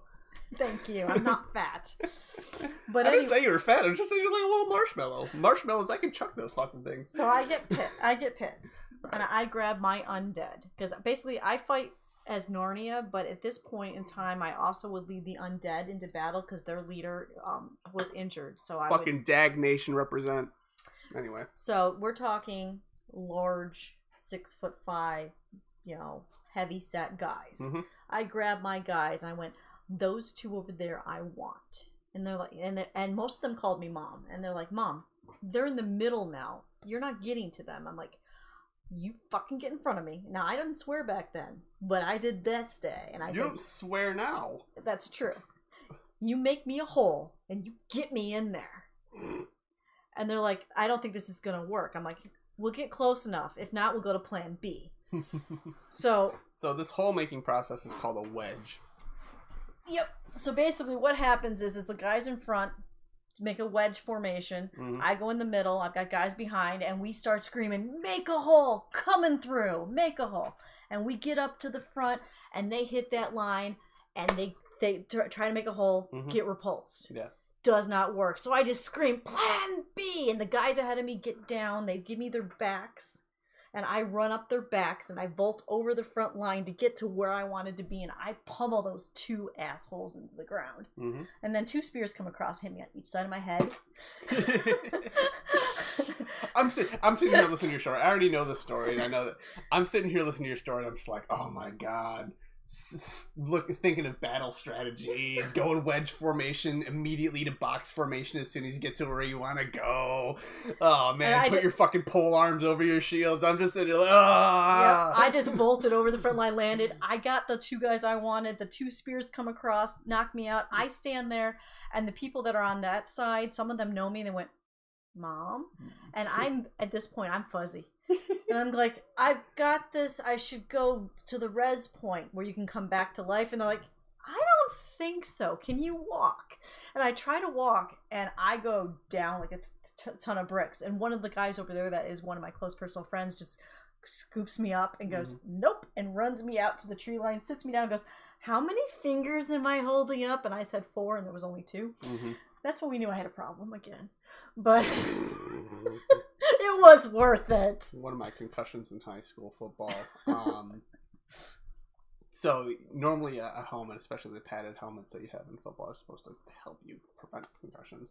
S1: Thank you. I'm not fat. But
S3: I didn't
S1: anyway,
S3: say you were fat. I just said you're like a little marshmallow. Marshmallows, I can chuck those fucking things.
S1: so I get pi- I get pissed, and I grab my undead because basically I fight as Narnia, but at this point in time, I also would lead the undead into battle because their leader um, was injured. So I would-
S3: fucking Dag Nation represent. Anyway,
S1: So we're talking large, six foot five, you know, heavy set guys.
S3: Mhm.
S1: I grabbed my guys. I went, those two over there, I want. And they're like, and they, and most of them called me mom, and they're like, mom, they're in the middle now. You're not getting to them. I'm like, you fucking get in front of me. Now I didn't swear back then, but I did this day, and I
S3: you
S1: said
S3: don't swear now.
S1: that's true. You make me a hole, and you get me in there. And they're like, I don't think this is gonna work. I'm like, we'll get close enough. If not, we'll go to Plan B. So
S3: so this hole making process is called a wedge.
S1: Yep. So basically, what happens is, is the guys in front make a wedge formation.
S3: Mhm.
S1: I go in the middle. I've got guys behind, and we start screaming, "Make a hole! Coming through! Make a hole!" And we get up to the front, and they hit that line, and they they tr- try to make a hole,
S3: Mhm.
S1: get repulsed.
S3: Yeah.
S1: Does not work. So I just scream, "Plan B!" And the guys ahead of me get down. They give me their backs. And I run up their backs and I vault over the front line to get to where I wanted to be, and I pummel those two assholes into the ground.
S3: hmm
S1: And then two spears come across, hit me on each side of my head.
S3: Mm-hmm. I'm sitting. I'm sitting here listening to your story. I already know this story, and I know that I'm sitting here listening to your story. and I'm just like, oh my god. S- s- Look, thinking of battle strategies, going wedge formation immediately to box formation as soon as you get to where you want to go. Oh
S1: And I
S3: man, put
S1: did-
S3: your fucking pole arms over your shields. I'm just sitting here like,
S1: Yeah,
S3: ah.
S1: I just vaulted over the front line, landed. I got the two guys I wanted. The two spears come across, knock me out. I stand there, and the people that are on that side, some of them know me. They went, "Mom," and I'm at this point, I'm fuzzy, and I'm like, "I've got this. I should go to the res point where you can come back to life." And they're like, "I don't think so. Can you walk?" And I try to walk, and I go down like a t- ton of bricks. And one of the guys over there, that is one of my close personal friends, just scoops me up and goes, Nope, and runs me out to the tree line, sits me down, and goes, How many fingers am I holding up? And I said four, and there was only two. That's when we knew I had a problem again. But
S3: Mhm.
S1: it was worth it.
S3: one of my concussions in high school football. Um, so normally a, a helmet, especially the padded helmets that you have in football, are supposed to help you prevent concussions.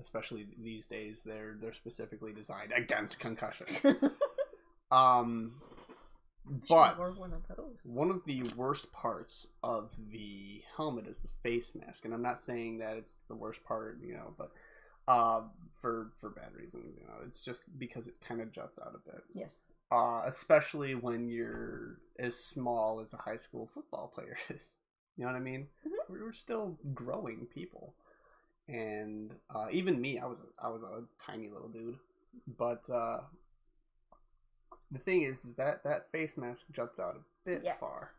S3: Especially these days, they're they're specifically designed against concussion. Um, but
S1: Or one of those.
S3: one of the worst parts of the helmet is the face mask, and I'm not saying that it's the worst part, you know, but uh, for for bad reasons, you know, it's just because it kind of juts out a bit
S1: Yes.
S3: uh, especially when you're as small as a high school football player is. You know what I mean?
S1: Mhm.
S3: We were still growing people, and uh, even me, I was I was a tiny little dude. But uh, the thing is, is that that face mask juts out a bit
S1: yes.
S3: far,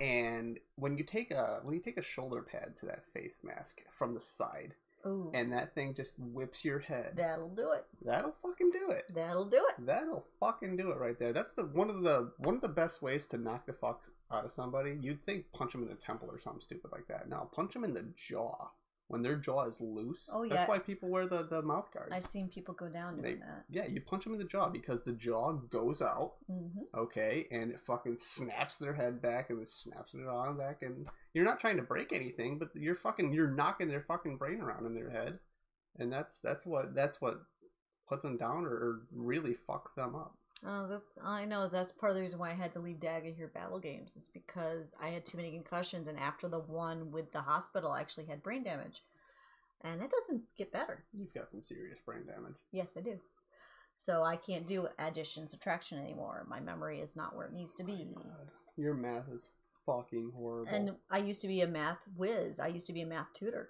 S3: and when you take a when you take a shoulder pad to that face mask from the side,
S1: Ooh.
S3: and that thing just whips your head,
S1: That'll do it.
S3: that'll fucking do it.
S1: That'll do it.
S3: That'll fucking do it right there. That's the one of the one of the best ways to knock the fuck out of somebody. You'd think punch him in the temple or something stupid like that. No, punch him in the jaw when their jaw is loose.
S1: Oh, yeah.
S3: That's why people wear the the mouth guards.
S1: I've seen people go down doing that.
S3: Yeah, you punch them in the jaw because the jaw goes out,
S1: hmm
S3: okay, and it fucking snaps their head back and it snaps their arm back, and you're not trying to break anything, but you're fucking you're knocking their fucking brain around in their head, and that's that's what that's what puts them down or, or really fucks them up.
S1: Oh, that's, I know that's part of the reason why I had to leave Daga here battle games is because I had too many concussions, and after the one with the hospital, I actually had brain damage, and it doesn't get better.
S3: You've got some serious brain damage.
S1: Yes, I do. So I can't do addition subtraction anymore. My memory is not where it needs to be.
S3: Oh Your math is fucking horrible.
S1: And I used to be a math whiz. I used to be a math tutor.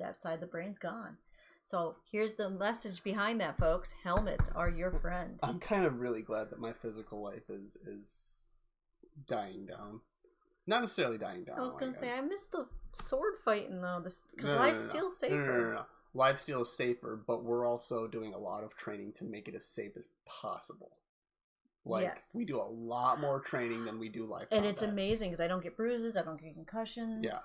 S1: That side of the brain's gone. So here's the message behind that, folks. Helmets are your friend.
S3: I'm kind of really glad that my physical life is is dying down. Not necessarily dying down.
S1: I was
S3: like, uh,
S1: gonna say I missed the sword fighting though, this because
S3: Oh No, no, no,
S1: life's
S3: no, no.
S1: still
S3: No, no, no, no,
S1: safer.
S3: no. Live steal is safer, but we're also doing a lot of training to make it as safe as possible. Like
S1: Yes.
S3: we do a lot more training than we do live.
S1: And it's
S3: combat.
S1: amazing because I don't get bruises, I don't get concussions.
S3: Yeah,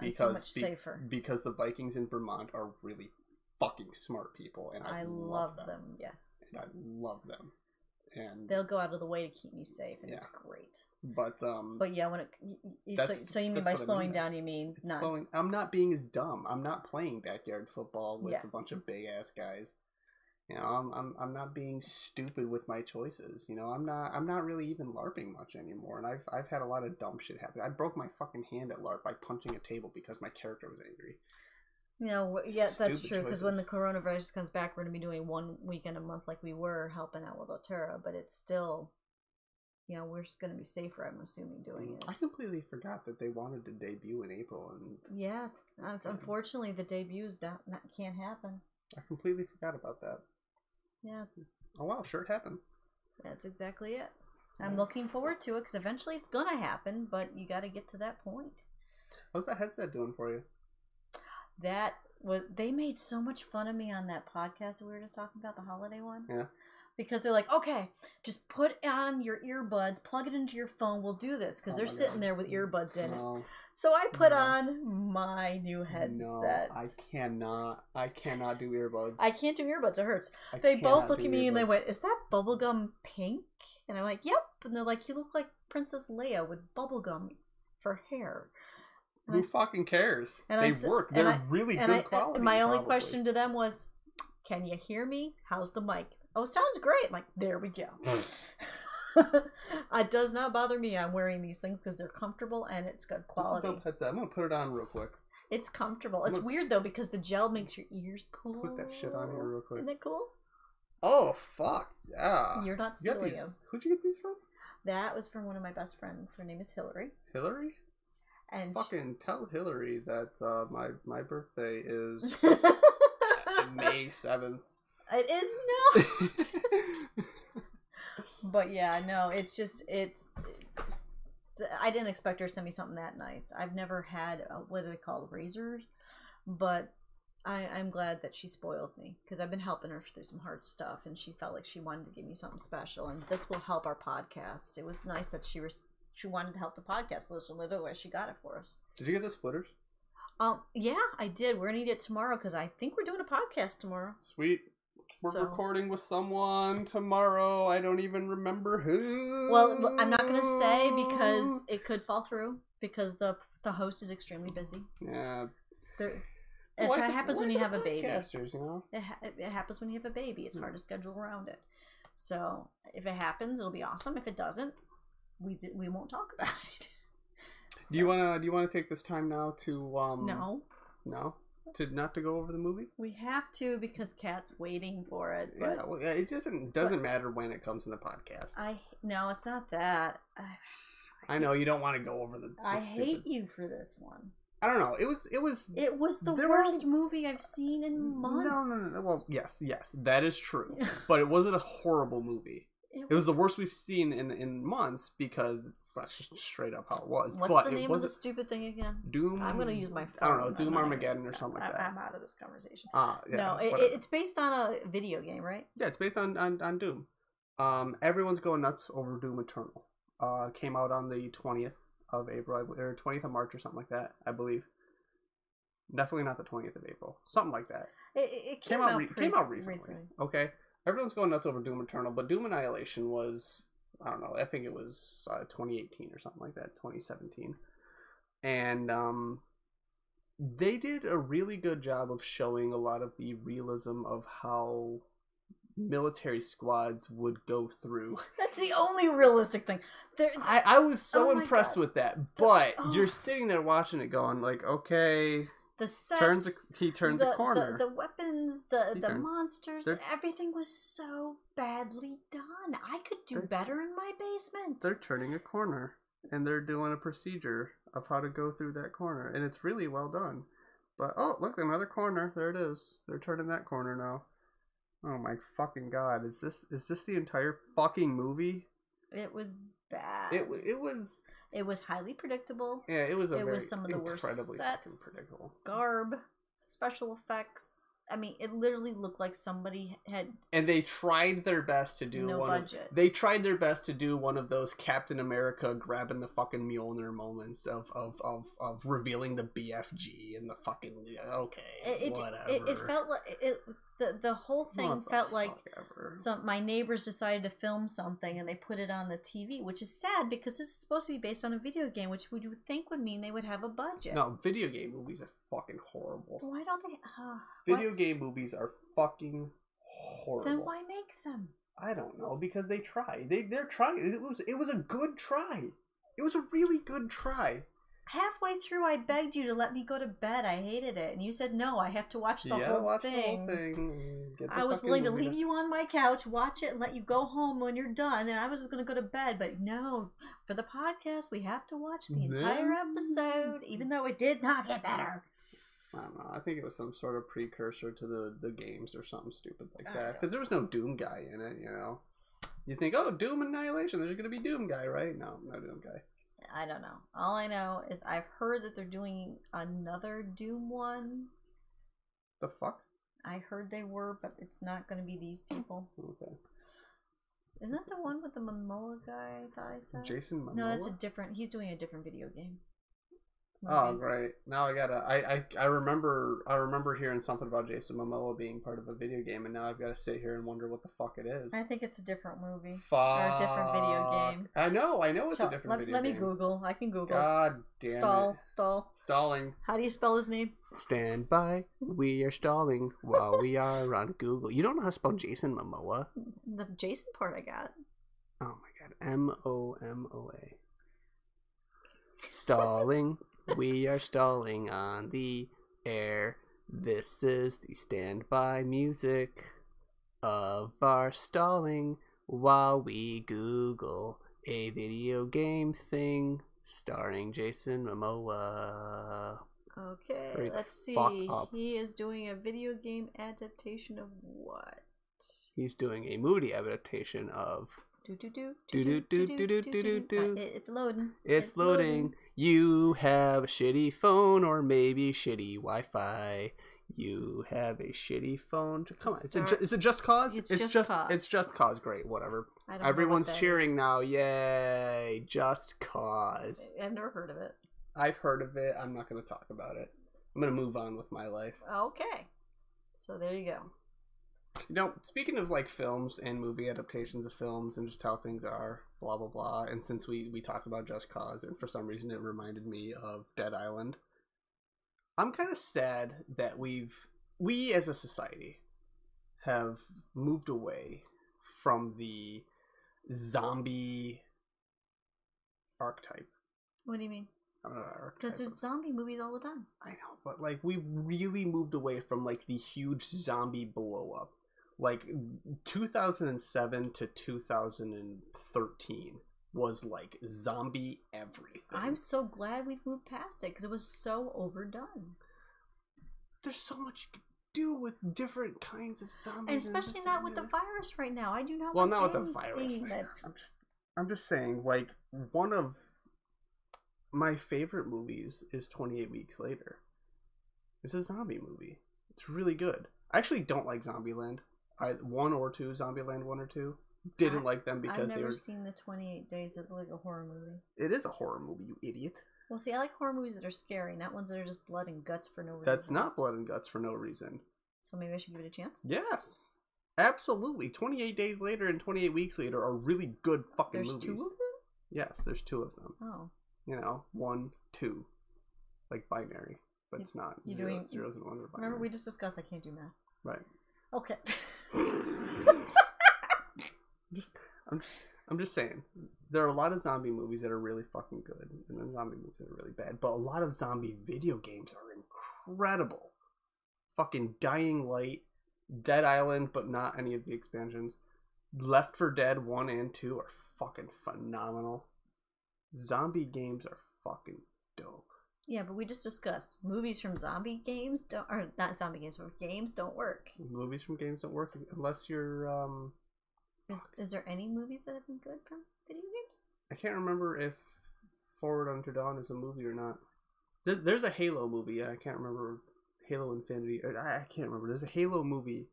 S1: I'm so
S3: because
S1: much
S3: the-
S1: safer.
S3: because the Vikings in Vermont are really fucking smart people, and I,
S1: I love them. Yes,
S3: And I love them. And
S1: they'll go out of the way to keep me safe, and
S3: Yeah.
S1: it's great.
S3: But um,
S1: But yeah, when it y- y- y- so,
S3: That's-
S1: so you mean
S3: that's
S1: by
S3: what I mean
S1: slowing
S3: by-
S1: down, you mean
S3: it's
S1: not
S3: slowing. I'm not being as dumb. I'm not playing backyard football with a bunch
S1: Yes.
S3: of big ass guys. You know, I'm, I'm I'm not being stupid with my choices. You know, I'm not I'm not really even larping much anymore. And I've I've had a lot of dumb shit happen. I broke my fucking hand at larp by punching a table because my character was angry.
S1: You know, wh- yeah, that's
S3: Stupid
S1: true. Because when the
S3: choices.
S1: coronavirus comes back, we're going to be doing one weekend a month like we were helping out with Otura, but it's still, you know, we're going to be safer, I'm assuming, doing
S3: I
S1: it.
S3: completely forgot that they wanted to debut in April, and
S1: Yeah, it's- it's, unfortunately the debuts not, not can't happen.
S3: I completely forgot about that.
S1: Yeah,
S3: Oh wow, sure it happened.
S1: that's exactly it. I'm
S3: Yeah.
S1: looking forward to it because eventually it's going to happen, but you got to get to that point.
S3: How's that headset doing for you?
S1: that was they made so much fun of me on that podcast that we were just talking about the holiday one
S3: Yeah.
S1: because they're like okay just put on your earbuds plug it into your phone we'll do this because
S3: Oh
S1: they're
S3: my
S1: sitting
S3: God.
S1: there with earbuds in it
S3: No,
S1: so i put
S3: No.
S1: on my new headset
S3: no, I cannot. I cannot do earbuds.
S1: I can't do earbuds it hurts
S3: I
S1: they both
S3: cannot
S1: look
S3: do
S1: at me and they
S3: earbuds.
S1: went is that bubblegum pink and i'm like yep and they're like you look like princess leia with bubblegum for hair and I
S3: Who fucking cares?
S1: and I
S3: they
S1: s-
S3: work.
S1: and
S3: They're
S1: I-
S3: really
S1: and
S3: good
S1: I, uh,
S3: quality.
S1: my only
S3: probably.
S1: question to them was, "Can you hear me? How's the mic? Oh, sounds great. Like there we go. it does not bother me. I'm wearing these things because they're comfortable and it's good
S3: That's a
S1: quality.
S3: dope headset. I'm gonna put it on real quick.
S1: It's comfortable. It's
S3: Look.
S1: weird though because the gel makes your ears cool.
S3: Put that shit on here real quick. Ah,
S1: Isn't that cool?
S3: Oh fuck yeah!
S1: You're not
S3: You got
S1: stealing
S3: these-
S1: them.
S3: Who'd you get these from?
S1: That was from one of my best friends. Her name is Hillary,
S3: Hillary.
S1: and she-
S3: Fucking tell Hillary that uh, my my birthday is May seventh.
S1: it is not. But yeah, no, it's just it's. I didn't expect her to send me something that nice. I've never had uh what do they call razors, but I, I'm glad that she spoiled me because I've been helping her through some hard stuff, and she felt like she wanted to give me something special, and this will help our podcast. It was nice that she was she wanted to help the podcast listen to where she got it for us.
S3: Did you get the splitters?
S1: Um, yeah, I did. We're gonna eat it tomorrow because I think we're doing a podcast tomorrow.
S3: Sweet. We're
S1: So-
S3: recording with someone tomorrow. I don't even remember who.
S1: Well, I'm not gonna say because it could fall through because the the host is extremely busy.
S3: yeah,
S1: There, it's,
S3: Why
S1: it
S3: the-
S1: happens
S3: why
S1: when you
S3: the
S1: have a baby. It,
S3: Podcasters, you know.
S1: ha- it happens when you have a baby. It's hard to schedule around it. So if it happens, it'll be awesome. If it doesn't, we d- we won't talk about it.
S3: Do you wanna do you wanna take this time now to um
S1: No,
S3: no to not to go over the movie?
S1: we have to because Kat's waiting for it. But
S3: Yeah, well, yeah, it doesn't doesn't matter when it comes in the podcast. I,
S1: I no, it's not that. I,
S3: know you don't want to go over the. the
S1: I
S3: stupid-
S1: hate you for this one.
S3: I don't know. It was it was
S1: It was the
S3: There were-
S1: worst movie I've seen in months.
S3: No, no, no, no. Well, yes, yes, that is true. but it wasn't a horrible movie.
S1: It
S3: It was the worst we've seen in in months because that's just straight up how it was.
S1: What's
S3: but
S1: the
S3: it
S1: name of the
S3: wasn't
S1: stupid thing again?
S3: Doom.
S1: I'm gonna use my. Phone.
S3: I don't know.
S1: I'm
S3: Doom
S1: not even-
S3: Armageddon or something like
S1: I'm-
S3: that.
S1: I'm out of this conversation.
S3: Ah, yeah,
S1: no, it,
S3: whatever.
S1: it- it's based on a video game, right?
S3: yeah, it's based on, on on Doom. Um, everyone's going nuts over Doom Eternal. Uh, came out on the twentieth of April I bel- or twentieth of March or something like that, I believe. Definitely not the twentieth of April, something like that.
S1: It, it it
S3: came, out, re-
S1: pretty
S3: came out
S1: s-
S3: recently. Okay, everyone's going nuts over Doom Eternal, but Doom Annihilation was I don't know. I think it was uh, 2018 or something like that, 2017, and um, they did a really good job of showing a lot of the realism of how military squads would go through.
S1: That's the only realistic thing. There,
S3: I, I was so
S1: Oh my
S3: impressed
S1: God.
S3: with that, but
S1: Oh.
S3: you're sitting there watching it, going like, okay,
S1: the sets,
S3: turns a, he turns
S1: the,
S3: a corner.
S1: The, the weapons, the
S3: He
S1: the
S3: turns-
S1: monsters,
S3: they're-
S1: everything was so badly done. I could do
S3: They're-
S1: better in my basement.
S3: they're turning a corner and they're doing a procedure of how to go through that corner and it's really well done but oh look another corner there it is they're turning that corner now oh my fucking god is this is this the entire fucking movie
S1: It was bad.
S3: it wa- it was
S1: It was highly predictable.
S3: yeah it was a
S1: It
S3: very
S1: was some of the worst
S3: incredibly fucking
S1: sets.
S3: predictable
S1: Garb, special effects. I mean, it literally looked like somebody had
S3: and they tried their best to do
S1: no
S3: one of-
S1: budget.
S3: they tried their best to do one of those Captain America grabbing the fucking Mjolnir moments of of of, of revealing the BFG and the fucking okay
S1: it,
S3: whatever.
S1: it, it, it felt like it the, the whole thing felt like
S3: Motherfucker.
S1: some my neighbors decided to film something and they put it on the TV, which is sad because this is supposed to be based on a video game, which would you would think would mean they would have a budget.
S3: no video game movies are fucking horrible.
S1: Why don't they? Uh,
S3: Video game movies are fucking horrible.
S1: then why make them?
S3: I don't know because they try. They they're trying. It was it was a good try. It was a really good try.
S1: halfway through I begged you to let me go to bed. I hated it. And you said, no, I have to watch the,
S3: yeah,
S1: whole,
S3: watch
S1: thing.
S3: the whole thing. Get the
S1: I was
S3: fucking
S1: willing to
S3: movie
S1: leave you on my couch, watch it, and let you go home when you're done. And I was just going to go to bed. But no, for the podcast, we have to watch the entire
S3: No.
S1: episode, even though it did not get better.
S3: I don't know. I think it was some sort of precursor to the the games or something stupid like
S1: I
S3: that.
S1: don't
S3: Because there was no Doom guy in it, you know. You think, oh, Doom Annihilation. There's gonna be Doom guy, right? No, no Doom guy.
S1: I don't know. All I know is I've heard that they're doing another Doom one.
S3: The fuck?
S1: I heard they were, but it's not going to be these people.
S3: Okay.
S1: Isn't that the one with the Momoa guy? I thought I said.
S3: Jason Momoa.
S1: No, that's a different. He's doing a different video game.
S3: Oh
S1: Movie.
S3: great! Now I gotta. I, I I remember. I remember hearing something about Jason Momoa being part of a video game, and now I've got to sit here and wonder what the fuck it is.
S1: I think it's a different movie.
S3: Fuck.
S1: or a different video game.
S3: I know. I know it's
S1: Shall-
S3: a different
S1: let,
S3: video
S1: let
S3: game.
S1: me Google. I can Google.
S3: God damn
S1: stall,
S3: it!
S1: stall.
S3: Stalling.
S1: How do you spell his name?
S2: Stand by. We are stalling while we are on Google. You don't know how to spell Jason Momoa?
S1: The Jason part I got.
S2: Oh my god. M O M O A. Stalling. we are stalling on the air. This is the standby music of our stalling while we Google a video game thing starring Jason Momoa.
S1: Okay,
S2: Hurry the
S1: let's
S2: fuck
S1: see.
S2: up.
S1: He is doing a video game adaptation of what?
S2: He's doing a moody adaptation of
S1: Do do do
S2: Do, do, do, do, do, do, do.
S1: It- It's loading.
S2: It's, loading. You have a shitty phone or maybe shitty Wi Fi. You have a shitty phone. Come on. It's a, ju-
S1: Start-
S2: is it just cause?
S1: It's Just Cause.
S2: It's just cause. Great. Whatever.
S1: I don't know what
S2: Everyone's
S1: that
S2: cheering
S1: is.
S2: now. Yay. Just cause.
S1: I've never heard of it.
S3: I've heard of it. I'm not going to talk about it. I'm going to move on with my life.
S1: Okay, so there you go.
S3: You know, speaking of like films and movie adaptations of films and just how things are, blah blah blah. And since we we talked about Just Cause, and for some reason it reminded me of Dead Island. I'm kind of sad that we've we as a society have moved away from the zombie archetype.
S1: What do you mean?
S3: I don't know archetype.
S1: Because there's zombie movies all the time.
S3: I know, but like we really moved away from like the huge zombie blow up. Like 2007 to 2013 was like zombie everything.
S1: I'm so glad we've moved past it because it was so overdone,
S3: There's so much you can do with different kinds of zombies,
S1: and
S3: and
S1: especially
S3: this
S1: not
S3: and
S1: with the
S3: that.
S1: virus right now. I do not.
S3: Well,
S1: want
S3: not with the
S1: anything
S3: virus.
S1: that's-
S3: I'm just, I'm just saying. Like one of my favorite movies is 28 Weeks Later. It's a zombie movie. It's really good. I actually don't like Zombieland. I one or two Zombieland, one or two. Didn't
S1: I-
S3: like them because
S1: I've
S3: they
S1: never
S3: were.
S1: seen the 28 Days of like a horror movie.
S3: It is a horror movie, you idiot.
S1: Well, see, I like horror movies that are scary, not ones that are just blood and guts for no reason.
S3: That's not blood and guts for no reason.
S1: So maybe I should give it a chance.
S3: Yes, absolutely. 28 Days Later and 28 Weeks Later are really good fucking
S1: There's
S3: movies.
S1: two of them.
S3: Yes, there's two of them.
S1: Oh,
S3: you know, one, two, like binary, but it's not
S1: you
S3: zero,
S1: doing-
S3: zeros and ones are binary.
S1: remember we just discussed I can't do math.
S3: right?
S1: Okay.
S3: Just I'm just, I'm just saying, there are a lot of zombie movies that are really fucking good, and then zombie movies that are really bad. But a lot of zombie video games are incredible. Fucking Dying Light, Dead Island, but not any of the expansions. Left for Dead one and two are fucking phenomenal. Zombie games are fucking dope.
S1: yeah, but we just discussed movies from zombie games don't, or not zombie games, but games don't work.
S3: movies from games don't work unless you're um
S1: Is, is there any movies that have been good from video games?
S3: i can't remember if forward unto dawn is a movie or not there's there's a halo movie and i can't remember halo infinity or i I can't remember there's a halo movie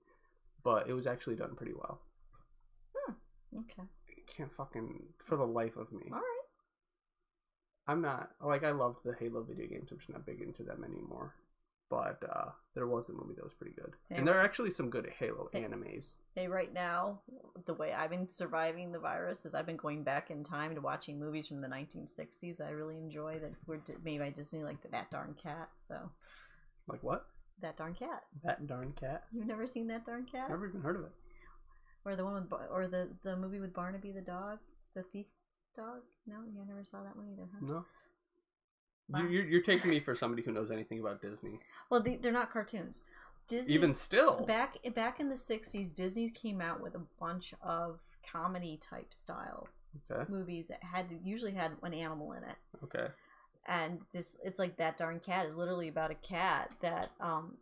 S3: but it was actually done pretty well
S1: Okay.
S3: i can't fucking for the life of me
S1: All right.
S3: i'm not like i loved the halo video games i'm just not big into them anymore but uh there was a movie that was pretty good and there are actually some good halo
S1: Hey.
S3: animes
S1: Hey, right now, the way I've been surviving the virus is I've been going back in time to watching movies from the 1960s. that I really enjoy that were di- made by Disney, like That Darn Cat. So,
S3: like what
S1: That Darn Cat.
S3: that darn cat
S1: You've never seen That Darn Cat?
S3: never even heard of it
S1: Or the one with, Bar- or the the movie with Barnaby the dog, the thief dog. No, yeah, I never saw that one either. Huh?
S3: no
S1: Wow.
S2: You, you're, you're taking me for somebody who knows anything about Disney.
S1: Well, the, they're not cartoons. Disney
S2: Even still,
S1: back back in the 60s disney came out with a bunch of comedy type style
S2: Okay.
S1: movies that had usually had an animal in it
S2: okay.
S1: and this it's like that darn cat is literally about a cat that um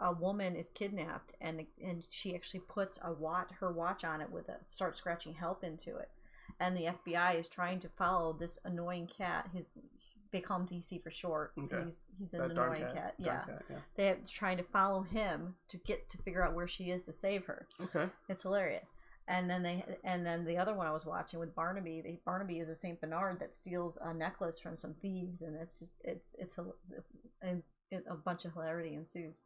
S1: a woman is kidnapped and and she actually puts a watch her watch on it with a starts scratching help into it and the fbi is trying to follow this annoying cat his they call him dc for short
S3: Okay.
S1: he's he's an
S3: That darn
S1: annoying cat,
S3: cat.
S1: yeah
S3: Darn cat, yeah.
S1: they're trying to follow him to get to figure out where she is to save her.
S3: Okay.
S1: It's hilarious. And then they and then the other one I was watching with Barnaby, they, Barnaby is a Saint Bernard that steals a necklace from some thieves, and it's just it's it's a and it, a bunch of hilarity ensues.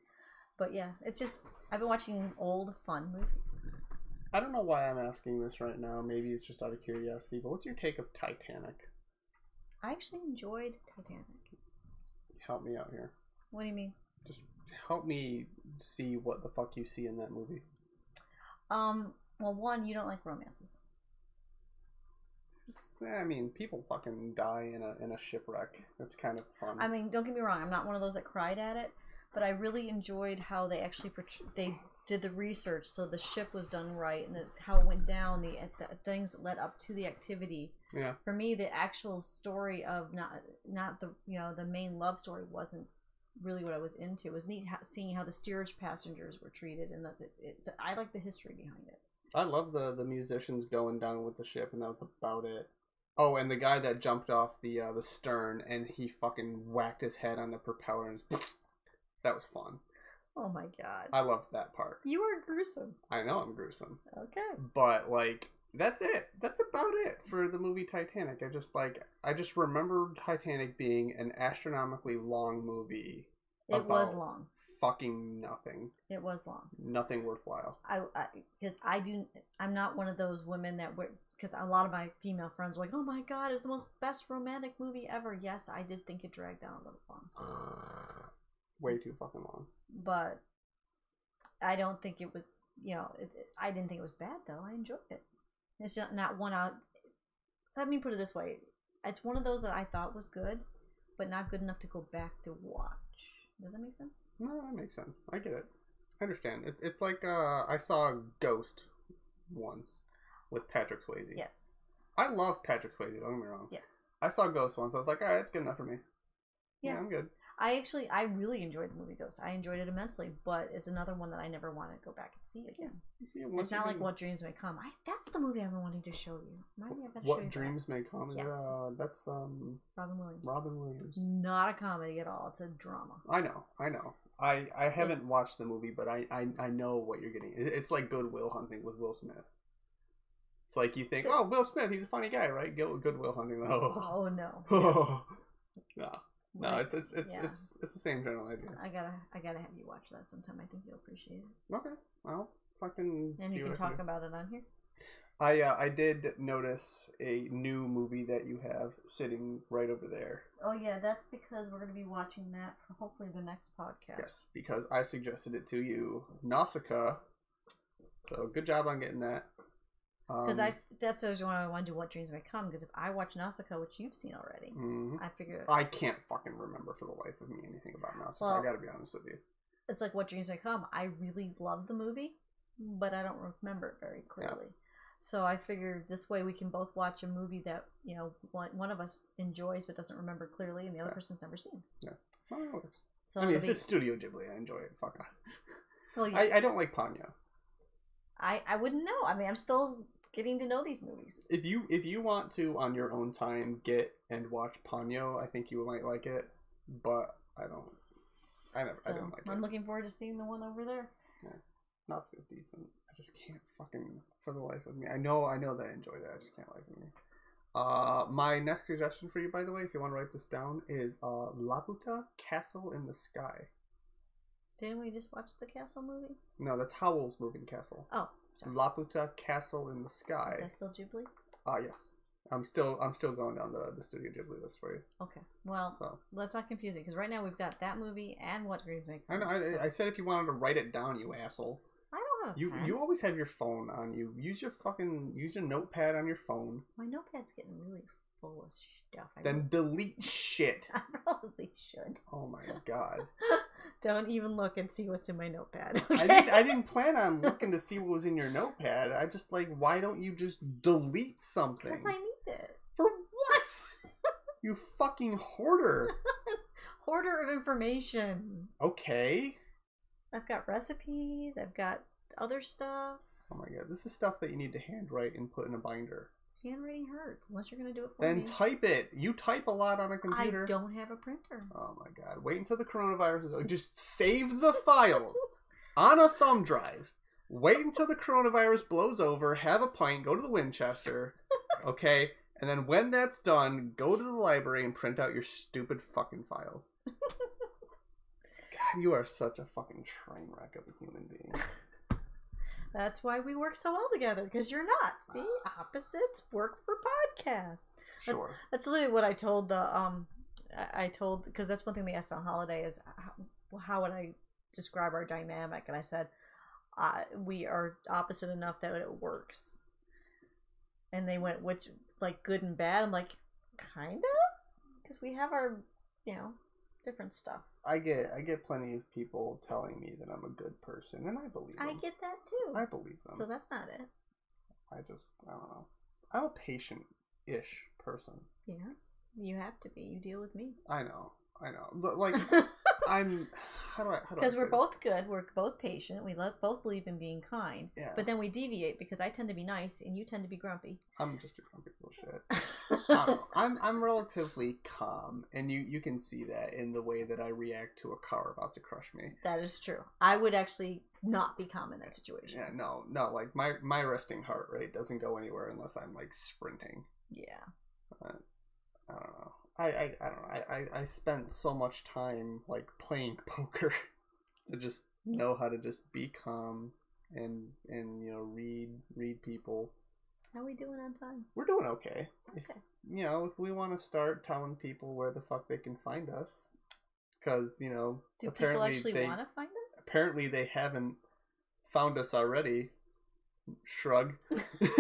S1: But yeah, it's just I've been watching old fun movies.
S3: I don't know why I'm asking this right now. Maybe it's just out of curiosity. But what's your take of Titanic?
S1: I actually enjoyed Titanic.
S3: Help me out here.
S1: What do you mean?
S3: Just help me see what the fuck you see in that movie.
S1: Um, well, one, you don't like romances.
S3: Just- I mean, people fucking die in a in a shipwreck. That's kind of fun.
S1: I mean, don't get me wrong. I'm not one of those that cried at it, but I really enjoyed how they actually portray- they did the research. So the ship was done right, and the, how it went down, the, the things that led up to the activity.
S3: yeah.
S1: For me, the actual story of not not the you know the main love story wasn't really what I was into. It was neat how, seeing how the steerage passengers were treated, and the, it, the, I like the history behind it.
S3: I love the the musicians going down with the ship, and that was about it. Oh, and the guy that jumped off the uh, the stern and he fucking whacked his head on the propeller. And that was fun.
S1: Oh my god,
S3: I loved that part.
S1: you are gruesome.
S3: I know I'm gruesome,
S1: Okay,
S3: but like that's it. That's about it for the movie Titanic. I just like I just remember Titanic being an astronomically long movie,
S1: it was
S3: About-
S1: long.
S3: fucking nothing,
S1: It was long.
S3: nothing worthwhile.
S1: I because I, do I'm not one of those women that were because a lot of my female friends were like, oh my god, it's the most best romantic movie ever. Yes, I did think it dragged down a little long,
S3: Way too fucking long.
S1: but I don't think it was. You know, it, it- I didn't think it was bad though. I enjoyed it. It's just not one out. Let me put it this way: it's one of those that I thought was good, but not good enough to go back to watch. Does that make sense?
S3: No, that makes sense. I get it. I understand. It's it's like uh, I saw Ghost once with Patrick Swayze.
S1: Yes.
S3: I love Patrick Swayze. Don't get me wrong.
S1: Yes.
S3: I saw Ghost once. I was like, all right, that's good enough for me. Yeah,
S1: Yeah.
S3: I'm good.
S1: I actually, I really enjoyed the movie Ghost. I enjoyed it immensely, but it's another one that I never want to go back and see again.
S3: You see, it once
S1: it's not
S3: you
S1: like
S3: can-
S1: What Dreams May Come. I, that's the movie I've been wanting to show you. Remind me, I've got to show you
S3: What
S1: that.
S3: dreams may come.
S1: Yes. Mm.
S3: Uh, that's um
S1: Robin Williams.
S3: Robin Williams.
S1: Not a comedy at all. It's a drama.
S3: I know. I know. I, I haven't watched the movie, but I, I, I know what you're getting. It- It's like Goodwill Hunting with Will Smith. It's like you think, oh, Will Smith, he's a funny guy, right? Go Goodwill Hunting, though.
S1: Oh no.
S3: no, no,
S1: Like,
S3: it's it's it's
S1: yeah.
S3: it's it's the same general idea.
S1: I gotta, I gotta have you watch that sometime. I think you'll appreciate it,
S3: Okay, I'll fucking.
S1: and
S3: see
S1: you
S3: what
S1: can
S3: I
S1: talk
S3: do.
S1: about it on here.
S3: I uh, I did notice a new movie that you have sitting right over there.
S1: Oh yeah, that's because we're gonna be watching that for hopefully the next podcast.
S3: Yes, because I suggested it to you, Nausicaa. So good job on getting that.
S1: Because
S3: Um,
S1: I, that's the reason why I want to do What Dreams May Come. Because if I watch Nausicaa, which you've seen already,
S3: mhm.
S1: I figure
S3: I can't fucking remember for the life of me anything about Nausicaa. I
S1: Well-
S3: gotta be honest with you.
S1: it's like what dreams may come i really love the movie but i don't remember it very clearly so i figure this way we can both watch a movie that you know one, one of us enjoys but doesn't remember clearly and the other
S3: Yeah.
S1: person's never seen
S3: Well, that works.
S1: so
S3: I mean,
S1: it'll
S3: if
S1: be,
S3: it's Studio Ghibli, I enjoy it. Fuck off.
S1: well, yeah,
S3: I, I don't like Ponyo.
S1: I, I wouldn't know i mean i'm still getting to know these movies
S3: If you if you want to on your own time get and watch Ponyo, I think you might like it. But I don't. I never.
S1: so
S3: I don't like
S1: i'm
S3: it.
S1: looking forward to seeing the one over there
S3: Nausicaa's decent. I just can't fucking for the life of me. I know. I know that I enjoyed it. I just can't like it. Uh, my next suggestion for you, by the way, if you want to write this down, is uh, Laputa Castle in the Sky.
S1: didn't we just watch the castle movie
S3: No, that's Howl's Moving Castle.
S1: oh sorry
S3: Laputa Castle in the
S1: is
S3: Sky.
S1: that still jubilee
S3: Ah, yes. I'm still I'm still going down the, the Studio Ghibli list for you.
S1: okay well
S3: So
S1: let's not confuse it because right now we've got that movie and what dreams may
S3: I
S1: come
S3: know
S1: so-
S3: I, I said if you wanted to write it down, you asshole.
S1: I don't have a
S3: You
S1: pen.
S3: you always have your phone on you. Use your fucking use your notepad on your phone.
S1: my notepad's getting really full of stuff. I
S3: Then delete shit.
S1: I probably should.
S3: Oh my god.
S1: Don't even look and see what's in my notepad.
S3: I
S1: okay?
S3: didn't, I didn't plan on looking to see what was in your notepad. I just like, why don't you just delete something?
S1: Because I need it.
S3: For what? you fucking hoarder.
S1: Hoarder of information.
S3: Okay.
S1: I've got recipes. I've got other stuff.
S3: Oh my god, this is stuff that you need to handwrite and put in a binder.
S1: Handwriting hurts unless you're going to do it for
S3: Then
S1: me.
S3: type it. You type a lot on a
S1: I
S3: computer.
S1: don't have a printer.
S3: Oh my god. Wait until the coronavirus is over. Just save the files on a thumb drive. Wait until the coronavirus blows over, have a pint, go to the Winchester, okay? And then when that's done, go to the library and print out your stupid fucking files. God, you are such a fucking train wreck of a human being.
S1: That's why we work so well together because you're not. See, opposites work for podcasts.
S3: Sure.
S1: That's literally what I told the um, I, I told because that's one thing they asked on holiday is how, how would I describe our dynamic, and I said uh, we are opposite enough that it works. And they went, which like good and bad. I'm like, kind of, because we have our you know different stuff.
S3: I get I get plenty of people telling me that I'm a good person, and I believe them.
S1: I um get that too.
S3: I believe them.
S1: so that's not it.
S3: I just I don't know. I'm a patient-ish person.
S1: Yes, you have to be. You deal with me.
S3: I know, I know, but like I'm. How do I? How do I
S1: because we're
S3: say
S1: both good we're both patient we love, both believe in being kind
S3: this? Yeah,
S1: but then we deviate because i tend to be nice and you tend to be grumpy
S3: I'm just a grumpy little shit. I don't know. I'm I'm relatively calm, and you you can see that in the way that I react to a car about to crush me.
S1: that is true i would actually not be calm in that situation
S3: Yeah, no, no, like my my resting heart rate doesn't go anywhere unless I'm like sprinting.
S1: yeah
S3: I don't know. I, I, I don't know. I, I, I spent so much time like playing poker to just know how to just be calm and and you know read read people.
S1: how we doing on time
S3: We're doing okay. If-
S1: Okay.
S3: you know, if we want to start telling people where the fuck they can find us, because you know
S1: do
S3: apparently
S1: people actually
S3: they
S1: want to find us
S3: apparently they haven't found us already. Shrug.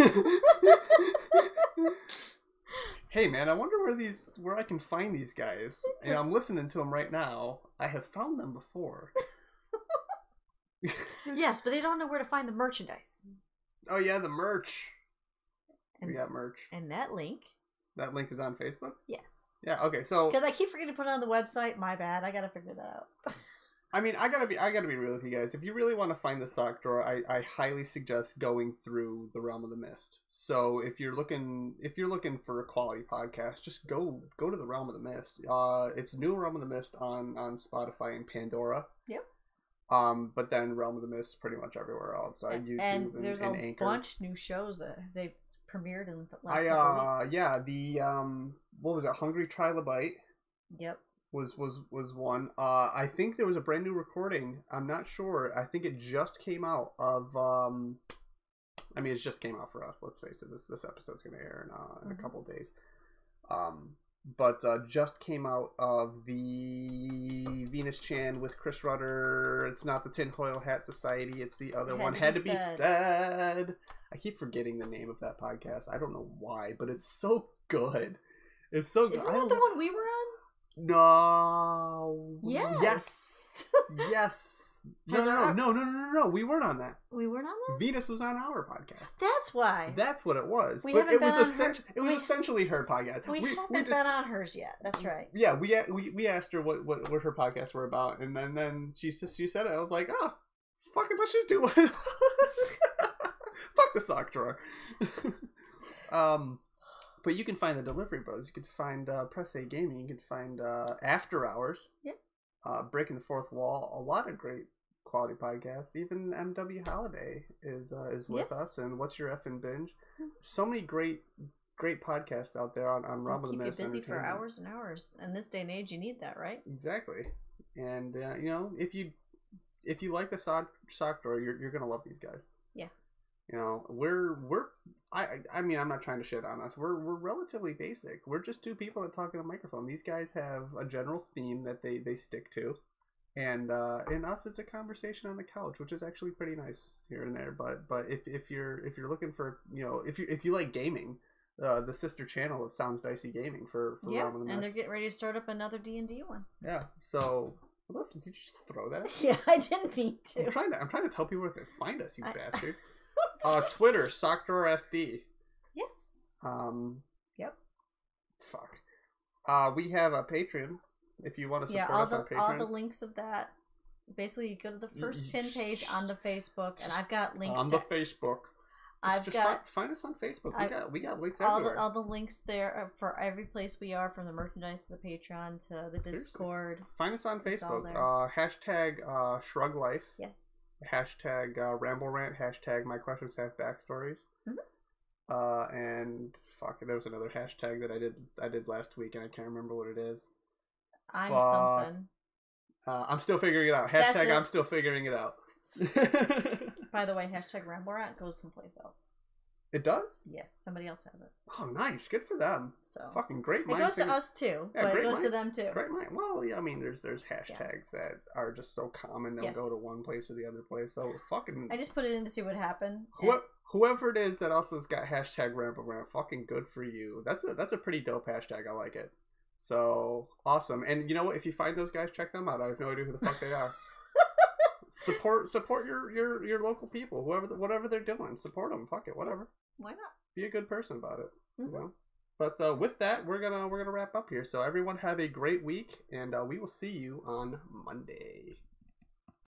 S3: hey man, I wonder where these where I can find these guys. And I'm listening to them right now. I have found them before.
S1: yes but they don't know where to find the merchandise
S3: Oh yeah, the merch. We
S1: and,
S3: got merch.
S1: and that link
S3: That link is on Facebook.
S1: yes
S3: Yeah. oh. Okay. So
S1: because i keep forgetting to put it on the website my bad i gotta figure
S3: Uh,
S1: that out
S3: I mean, I gotta be, I gotta be real with you guys. If you really want to find the sock drawer, I, I highly suggest going through the realm of the mist. So if you're looking, if you're looking for a quality podcast, just go, go to the realm of the mist. Uh, it's new realm of the mist on on Spotify and Pandora.
S1: Yep.
S3: Um, but then realm of the mist pretty much everywhere else on YouTube
S1: and
S3: and,
S1: there's
S3: and
S1: a
S3: Anchor.
S1: bunch new shows that they've premiered in the last
S3: I
S1: couple
S3: uh,
S1: weeks.
S3: yeah, the um, what was it? Hungry Trilobite.
S1: yep
S3: was was was one. Uh, I think there was a brand new recording. I'm not sure. I think it just came out of. Um, I mean, it just came out for us. Let's face it. This this episode's gonna air in, uh, in
S1: Mhm.
S3: a couple days. Um, but uh, just came out of the Venus Chan with Chris Rutter. It's not the Tinfoil Hat Society. It's the other
S1: Had
S3: one.
S1: to
S3: Had
S1: be
S3: to be
S1: said.
S3: said. I keep forgetting the name of that podcast. I don't know why, but it's so good. It's so good.
S1: isn't
S3: I
S1: that the
S3: love-
S1: one we were on
S3: no.
S1: Yes.
S3: Yes. Yes. No,
S1: Has
S3: no,
S1: our-
S3: no, no, no, no, no, no. We weren't on that.
S1: We were not on
S3: Venus was on our podcast.
S1: That's why.
S3: That's what it was.
S1: We
S3: but
S1: haven't
S3: it was
S1: been on
S3: essen-
S1: her-
S3: it was
S1: we-
S3: essentially her podcast.
S1: we, haven't
S3: just-
S1: been on hers yet. That's right.
S3: yeah, we, a- we we asked her what, what, what her podcasts were about, and then, then she just she said it. I was like, oh, fucking let's just do one. Fuck the sock drawer. um, but you can find the Delivery Bros. You can find uh, Press A Gaming. You can find uh, After Hours.
S1: Yeah.
S3: Uh, Breaking the Fourth Wall. A lot of great quality podcasts. Even MW Holiday is uh, is with
S1: Yes. Hmm.
S3: us. And What's Your F and Binge? So many great great podcasts out there on on Realm of the
S1: keep you
S3: Mist.
S1: busy for
S3: Entertainment.
S1: hours and hours. In this day and age, you need that, right?
S3: Exactly, and uh, you know if you if you like the sock sock drawer, you're you're gonna love these guys.
S1: Yeah.
S3: You know we're we're I I- I mean I'm not trying to shit on us. We're we're relatively basic. We're just two people that talk in a microphone. These guys have a general theme that they they stick to, and uh, in us it's a conversation on the couch, which is actually pretty nice here and there. But but if if you're if you're looking for you know if you if you like gaming, uh, the sister channel of Sounds Dicey Gaming for, for
S1: yeah,
S3: Realm of the
S1: and they're
S3: Mist.
S1: getting ready to start up another D and D one.
S3: Yeah. So, what the- did you just throw that?
S1: Yeah, I didn't mean
S3: I'm
S1: to.
S3: trying to. I'm trying to tell people where they find us, you
S1: I-
S3: bastard. Uh, Twitter, SockdrawerSD.
S1: yes.
S3: Um.
S1: Yep.
S3: Fuck. Uh, we have a Patreon. If you want to
S1: Yeah,
S3: support
S1: all
S3: us on
S1: the all
S3: Patreon,
S1: the links of that. Basically, you go to the
S3: Y-
S1: first
S3: y-
S1: pin page on the Facebook, and I've got links
S3: on
S1: to
S3: the Facebook.
S1: I've
S3: just
S1: got-
S3: fi- find us on Facebook. We
S1: I've-
S3: got we got links
S1: all
S3: everywhere.
S1: the all the links there are for every place we are, from the merchandise to the Patreon to the Discord.
S3: Find us on
S1: It's all
S3: Facebook.
S1: there.
S3: Uh, hashtag uh, Shrug Life.
S1: Yes.
S3: Hashtag uh, Ramble Rant. Hashtag My Questions Have Backstories.
S1: Mhm.
S3: Uh, and fuck, there was another hashtag that I did I did last week, and I can't remember what it is.
S1: I'm
S3: Fuck.
S1: something.
S3: Uh, I'm still figuring it out.
S1: That's
S3: Hashtag
S1: it.
S3: I'm still figuring it out.
S1: By the way, hashtag Ramblerant goes someplace else.
S3: it does.
S1: Yes, somebody else has it.
S3: Oh, nice. Good for them.
S1: So
S3: Fucking great.
S1: it
S3: mind
S1: goes to
S3: figure-
S1: us too,
S3: Yeah,
S1: but it
S3: great
S1: goes to
S3: mind-
S1: them too.
S3: Right, right. Well, yeah, I mean, there's there's hashtags that are just so common they'll
S1: Yes.
S3: go to one place or the other place. So fucking
S1: I just put it in to see what happened. and-
S3: whoe- whoever it is that also has got hashtag ramble rant, fucking good for you. That's a that's a pretty dope hashtag. I like it. So awesome. And you know what? If you find those guys, check them out. I have no idea who the fuck they are. support support your your your local people. Whoever whatever they're doing, support them. Fuck it, whatever.
S1: Why not?
S3: Be a good person about it.
S1: Mhm.
S3: You know? But uh, with that, we're gonna we're gonna wrap up here. So everyone have a great week, and uh, we will see you on Monday.